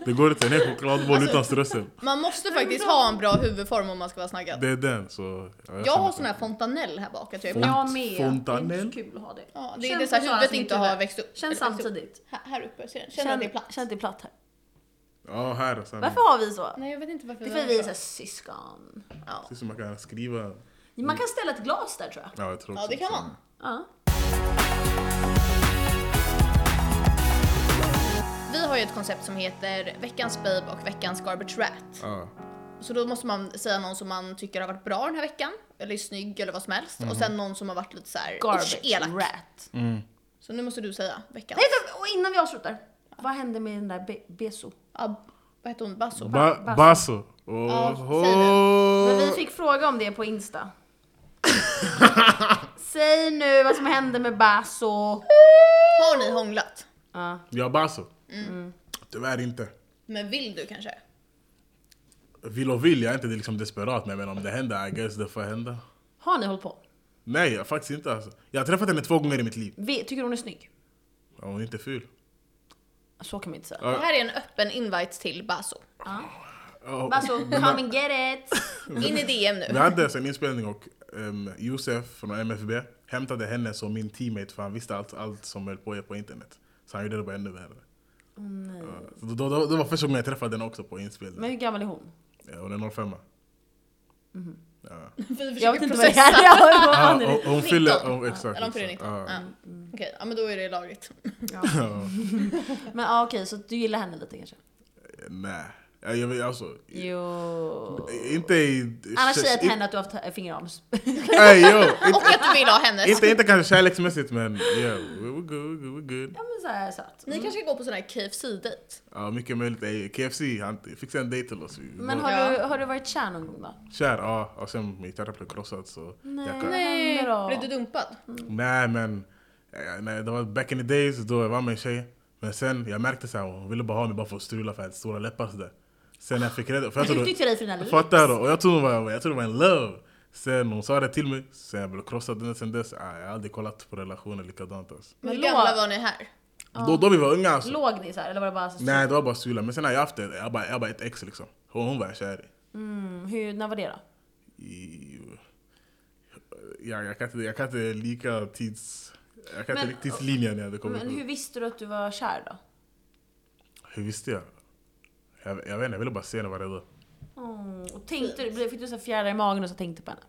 [SPEAKER 2] Det går inte, en hel chokladboll
[SPEAKER 3] Alltså,
[SPEAKER 2] utan strössel.
[SPEAKER 3] Man måste faktiskt ha en bra huvudform om man ska vara snaggad.
[SPEAKER 2] Det är den. Så, ja,
[SPEAKER 3] Jag
[SPEAKER 2] känner
[SPEAKER 3] har
[SPEAKER 2] att-
[SPEAKER 3] sån här fontanell här bak. typ. Att jag är
[SPEAKER 2] Font-
[SPEAKER 3] blank.
[SPEAKER 1] Jag med.
[SPEAKER 2] fontanell.
[SPEAKER 1] Det är inte så kul att ha det.
[SPEAKER 3] Ja, det är
[SPEAKER 1] Känn
[SPEAKER 3] inte så här,
[SPEAKER 1] på Sara
[SPEAKER 3] huvudet
[SPEAKER 1] som
[SPEAKER 3] inte
[SPEAKER 1] mitt huvud.
[SPEAKER 3] har växt upp.
[SPEAKER 1] Känn
[SPEAKER 3] Eller växt upp.
[SPEAKER 1] samtidigt.
[SPEAKER 3] Här, här uppe, ser du? Känner du att det är platt?
[SPEAKER 1] Känn att det är platt här.
[SPEAKER 2] Ja, här. Så här
[SPEAKER 1] Varför har vi så?
[SPEAKER 3] Nej jag vet inte varför
[SPEAKER 1] Det är för att vi är
[SPEAKER 3] så.
[SPEAKER 1] såhär syskon.
[SPEAKER 3] Ja.
[SPEAKER 2] Det är som man kan skriva.
[SPEAKER 1] Man
[SPEAKER 2] Mm.
[SPEAKER 1] kan ställa ett glas där tror jag.
[SPEAKER 2] Ja, jag tror
[SPEAKER 3] ja
[SPEAKER 2] också
[SPEAKER 3] det kan
[SPEAKER 2] så.
[SPEAKER 3] man.
[SPEAKER 1] Ja.
[SPEAKER 3] Vi har ju ett koncept som heter veckans babe och veckans garbage rat.
[SPEAKER 2] Ja.
[SPEAKER 3] Så då måste man säga någon som man tycker har varit bra den här veckan, eller är snygg eller vad som helst. Och
[SPEAKER 2] Mhm.
[SPEAKER 3] sen någon som har varit lite såhär
[SPEAKER 1] Garbage.
[SPEAKER 3] elak.
[SPEAKER 1] Rat.
[SPEAKER 2] Mm.
[SPEAKER 3] Så nu måste du säga veckans.
[SPEAKER 1] Nej, vänta, och innan vi avslutar. Vad hände med den där Be- Beso?
[SPEAKER 3] Ja, vad heter hon? Basso?
[SPEAKER 2] Ba- Basso.
[SPEAKER 3] säg
[SPEAKER 1] Men
[SPEAKER 2] Oho.
[SPEAKER 1] vi fick fråga om det på
[SPEAKER 2] (laughs)
[SPEAKER 1] Insta. Säg nu vad som hände med Baso.
[SPEAKER 3] Har ni hånglat?
[SPEAKER 1] Ja.
[SPEAKER 2] Ja, Basso.
[SPEAKER 3] Mm.
[SPEAKER 2] Mm. Tyvärr inte.
[SPEAKER 3] Men vill du kanske?
[SPEAKER 2] Vill och vill, jag är inte liksom desperat men men om det händer, I guess det får hända.
[SPEAKER 1] Har ni hållit på?
[SPEAKER 2] Nej, jag- faktiskt inte alltså. Jag har träffat henne två gånger i mitt liv.
[SPEAKER 1] Vi, tycker du hon är snygg?
[SPEAKER 2] Ja, Hon är inte ful.
[SPEAKER 1] Så kan man inte säga.
[SPEAKER 2] Ja.
[SPEAKER 3] Det här är en öppen invite till Basso.
[SPEAKER 2] Ja,
[SPEAKER 1] Baso,
[SPEAKER 3] (laughs)
[SPEAKER 1] alltså, come and get it!
[SPEAKER 3] In i DM
[SPEAKER 2] Vi
[SPEAKER 3] nu.
[SPEAKER 2] hade alltså en inspelning och um, Josef från MFB hämtade henne som min teammate för han visste allt, allt som höll på på internet. Så han gjorde det bara ännu värre. Ja, så då, då, det var första gången jag träffade henne också på
[SPEAKER 1] Men
[SPEAKER 2] inspelning.
[SPEAKER 1] hur gammal är hon?
[SPEAKER 2] Ja, hon är 05 ja.
[SPEAKER 3] Vi
[SPEAKER 1] Jag
[SPEAKER 3] försöker
[SPEAKER 1] vet inte vad det
[SPEAKER 3] processa.
[SPEAKER 1] är. Ja,
[SPEAKER 3] (laughs)
[SPEAKER 1] vad
[SPEAKER 2] ah,
[SPEAKER 1] fan är.
[SPEAKER 2] hon,
[SPEAKER 1] det?
[SPEAKER 2] hon fyller...
[SPEAKER 3] 19.
[SPEAKER 2] Hon, exakt.
[SPEAKER 3] Eller om fyller
[SPEAKER 2] exakt. Ah.
[SPEAKER 3] 19.
[SPEAKER 2] Ja.
[SPEAKER 3] Ja. Okej, ja, men då är
[SPEAKER 2] (laughs)
[SPEAKER 3] det lagligt.
[SPEAKER 1] Men ja, okej, så du gillar henne lite kanske?
[SPEAKER 2] Nej. Ja, Jag, vet, alltså,
[SPEAKER 1] Jo...
[SPEAKER 2] inte i...
[SPEAKER 1] Annars säg till henne att du har haft (laughs) fingerarms...
[SPEAKER 2] (laughs) Nej, jo!
[SPEAKER 3] Och att du vill ha hennes.
[SPEAKER 2] Inte, inte kanske kärleksmässigt men yeah, we're good, we're good. We're good.
[SPEAKER 1] Ja men såhär söt.
[SPEAKER 3] Ni kanske ska gå på sån här KFC-dejt?
[SPEAKER 2] Ja, mycket möjligt. Ey, KFC, han fixade en dejt till oss. Vi
[SPEAKER 1] Mm. Men
[SPEAKER 2] var
[SPEAKER 1] har,
[SPEAKER 3] Ja.
[SPEAKER 1] du, har du varit kär någon gång då?
[SPEAKER 2] Kär, ja. Och sen min terapeut blev krossad så... Nej. Jag kan, nej.
[SPEAKER 1] hände då?
[SPEAKER 3] Blev du dumpad?
[SPEAKER 2] men... eh, Nej, det var back in the days då jag var med en tjej. Men sen jag märkte så här, hon ville bara ha mig bara för att strula för att jag hade stora läppar sådär. Sen när jag fick reda på...
[SPEAKER 1] Jag (laughs) utnyttjade dig för dina liv.
[SPEAKER 2] Fattar du? Och jag trodde, hon var, jag trodde det var en love. Sen hon sa det till mig, sen jag blev krossad. Sen dess, ah, jag har aldrig kollat på relationer likadant alltså.
[SPEAKER 1] Men
[SPEAKER 3] Hur
[SPEAKER 1] låg-
[SPEAKER 3] gamla var ni här?
[SPEAKER 2] Då, då vi var unga alltså.
[SPEAKER 1] Låg ni såhär eller var det bara så?
[SPEAKER 2] Nej det var bara strula, men sen har jag haft det, jag har bara, jag har bara ett ex liksom. Hon, hon var jag kär i.
[SPEAKER 1] Mm, hur, när var det då?
[SPEAKER 2] i ja, jag, kan inte, jag kan inte lika tids... Jag kan
[SPEAKER 1] Men-
[SPEAKER 2] inte riktigt tidslinjen när det kommer
[SPEAKER 1] Men hur visste du att du var kär då?
[SPEAKER 2] Hur visste jag? Jag, jag vet inte, jag ville bara se henne vara rädd.
[SPEAKER 3] Mm,
[SPEAKER 1] Oh, och tänkte, du- fick du så här fjärilar i magen och så tänkte på henne?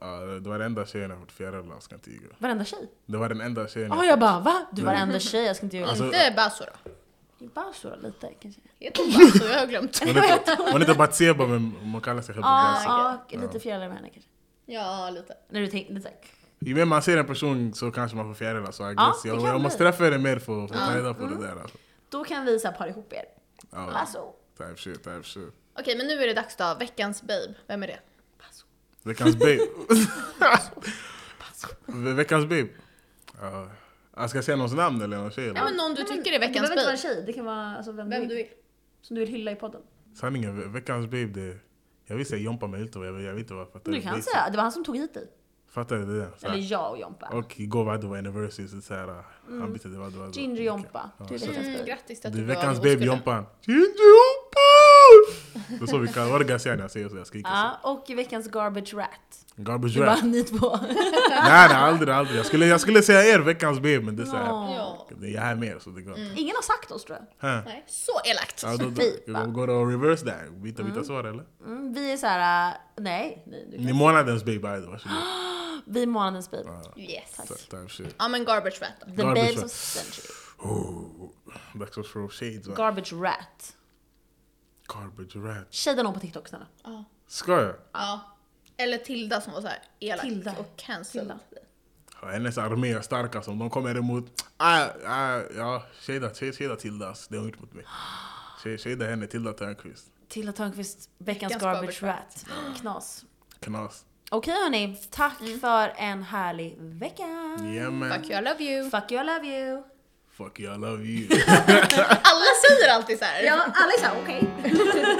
[SPEAKER 2] Ja, det var den enda tjejen jag fått fjärilar, jag ska inte ljuga.
[SPEAKER 1] Varenda tjej?
[SPEAKER 2] Det var den enda tjejen
[SPEAKER 1] Ja, jag bara va? Du var varenda tjej, jag ska inte göra
[SPEAKER 2] Alltså-
[SPEAKER 3] Inte Basso då?
[SPEAKER 1] det. Bara så lite kanske.
[SPEAKER 3] Heter hon Basso? Jag har glömt.
[SPEAKER 2] Hon heter, hon heter Batseba men man kallar sig själv
[SPEAKER 1] Ja,
[SPEAKER 2] Batseba.
[SPEAKER 1] ja, Ah, lite fjärilar med henne kanske.
[SPEAKER 3] (laughs) Ja, lite.
[SPEAKER 1] När du tänkte lite såhär.
[SPEAKER 2] Ju mer man ser en person så kanske man får fjärilar. Så I
[SPEAKER 1] Ja,
[SPEAKER 2] guess,
[SPEAKER 1] det
[SPEAKER 2] jag,
[SPEAKER 1] kan
[SPEAKER 2] jag
[SPEAKER 1] bli.
[SPEAKER 2] måste träffa henne mer för att få ta reda på det där. Alltså.
[SPEAKER 1] Då kan vi såhär para ihop er.
[SPEAKER 2] Ja,
[SPEAKER 1] Alltså.
[SPEAKER 2] type shit, type shit.
[SPEAKER 3] Okej, men nu är det dags då. Veckans babe. Vem är det?
[SPEAKER 1] (laughs)
[SPEAKER 2] Veckans babe. Ve- Veckans babe. Ja. jag ska jag säga någons namn eller någon tjej?
[SPEAKER 3] Nej,
[SPEAKER 2] Eller?
[SPEAKER 3] men någon du tycker är
[SPEAKER 1] Det behöver
[SPEAKER 3] veckans
[SPEAKER 1] inte vara en
[SPEAKER 3] babe.
[SPEAKER 1] tjej, det kan vara alltså, vem,
[SPEAKER 3] Vem
[SPEAKER 1] du
[SPEAKER 3] du
[SPEAKER 1] vill.
[SPEAKER 3] vill.
[SPEAKER 1] Som du vill hylla i podden.
[SPEAKER 2] Sanningen, ve- veckans babe det... Jag vill säga Jompa med Hultov, jag, vet- jag vet inte varför.
[SPEAKER 1] Men du kan säga, det var han som tog hit dig.
[SPEAKER 2] Fattar du det? där? Så här.
[SPEAKER 1] Eller jag och Jompa.
[SPEAKER 2] Och igår var det vår anniversary, så så här, han bytte det var det var det.
[SPEAKER 1] Ginger Jompa. Du är
[SPEAKER 2] så-
[SPEAKER 1] veckans
[SPEAKER 3] Mm,
[SPEAKER 1] babe.
[SPEAKER 3] grattis till att
[SPEAKER 2] Det är
[SPEAKER 3] du var
[SPEAKER 2] veckans
[SPEAKER 3] oskulden.
[SPEAKER 2] babe, Jompan. Ginger Jompan! Det är så vi kallar Var det Garcia när jag säger så? Jag skriker så.
[SPEAKER 1] Ja, och i veckans Garbage Rat.
[SPEAKER 2] Garbage
[SPEAKER 1] Det var
[SPEAKER 2] rap.
[SPEAKER 1] ni två.
[SPEAKER 2] Nej, nej, aldrig, aldrig. Jag skulle, jag skulle säga er veckans babe, men det är så här.
[SPEAKER 3] Ja.
[SPEAKER 2] Jag är med, så det går inte.
[SPEAKER 1] Ingen har sagt oss tror jag.
[SPEAKER 2] Huh.
[SPEAKER 3] Nej, så elakt.
[SPEAKER 2] Ja, då,
[SPEAKER 1] Fy
[SPEAKER 2] då,
[SPEAKER 1] fan.
[SPEAKER 2] går det att reverse där? Byta, byta svar eller?
[SPEAKER 1] Mm, vi är såhär, äh, nej, nej du
[SPEAKER 2] Ni är
[SPEAKER 1] kan.
[SPEAKER 2] månadens babe, by the way. Varsågod.
[SPEAKER 1] vi är månadens babe.
[SPEAKER 3] Ah, Yes.
[SPEAKER 2] Type- Type shit.
[SPEAKER 3] Ja men garbage rat då.
[SPEAKER 1] The
[SPEAKER 2] Garbage
[SPEAKER 1] babes
[SPEAKER 2] rat.
[SPEAKER 1] of century.
[SPEAKER 2] Oh, dags att throw shades va?
[SPEAKER 1] Garbage rat.
[SPEAKER 2] Garbage rat.
[SPEAKER 1] Shada någon på TikTok snälla.
[SPEAKER 3] Ja.
[SPEAKER 2] Ska jag?
[SPEAKER 3] ja. Eller Tilda som var så här elak
[SPEAKER 1] Tilda.
[SPEAKER 3] och cancelled.
[SPEAKER 2] Ja, hennes armé är starka som de kommer emot. Ah, ah, ja, shada, shada, shada Tilda. alltså. Det har hon gjort mot
[SPEAKER 3] (gasps)
[SPEAKER 2] mig. Shada- Shada henne, Tilda Törnqvist.
[SPEAKER 1] Tilda Törnqvist, veckans
[SPEAKER 3] Veckans
[SPEAKER 1] garbage
[SPEAKER 3] garbage
[SPEAKER 1] rat. Knas.
[SPEAKER 2] Knas.
[SPEAKER 1] Okej hörni, tack för en härlig vecka.
[SPEAKER 2] Yeah man.
[SPEAKER 3] Mm, Fuck you, I love you.
[SPEAKER 1] Fuck you, I love you.
[SPEAKER 2] Fuck you, I love you.
[SPEAKER 3] Alla säger alltid så här.
[SPEAKER 1] Ja, alla är såhär okej.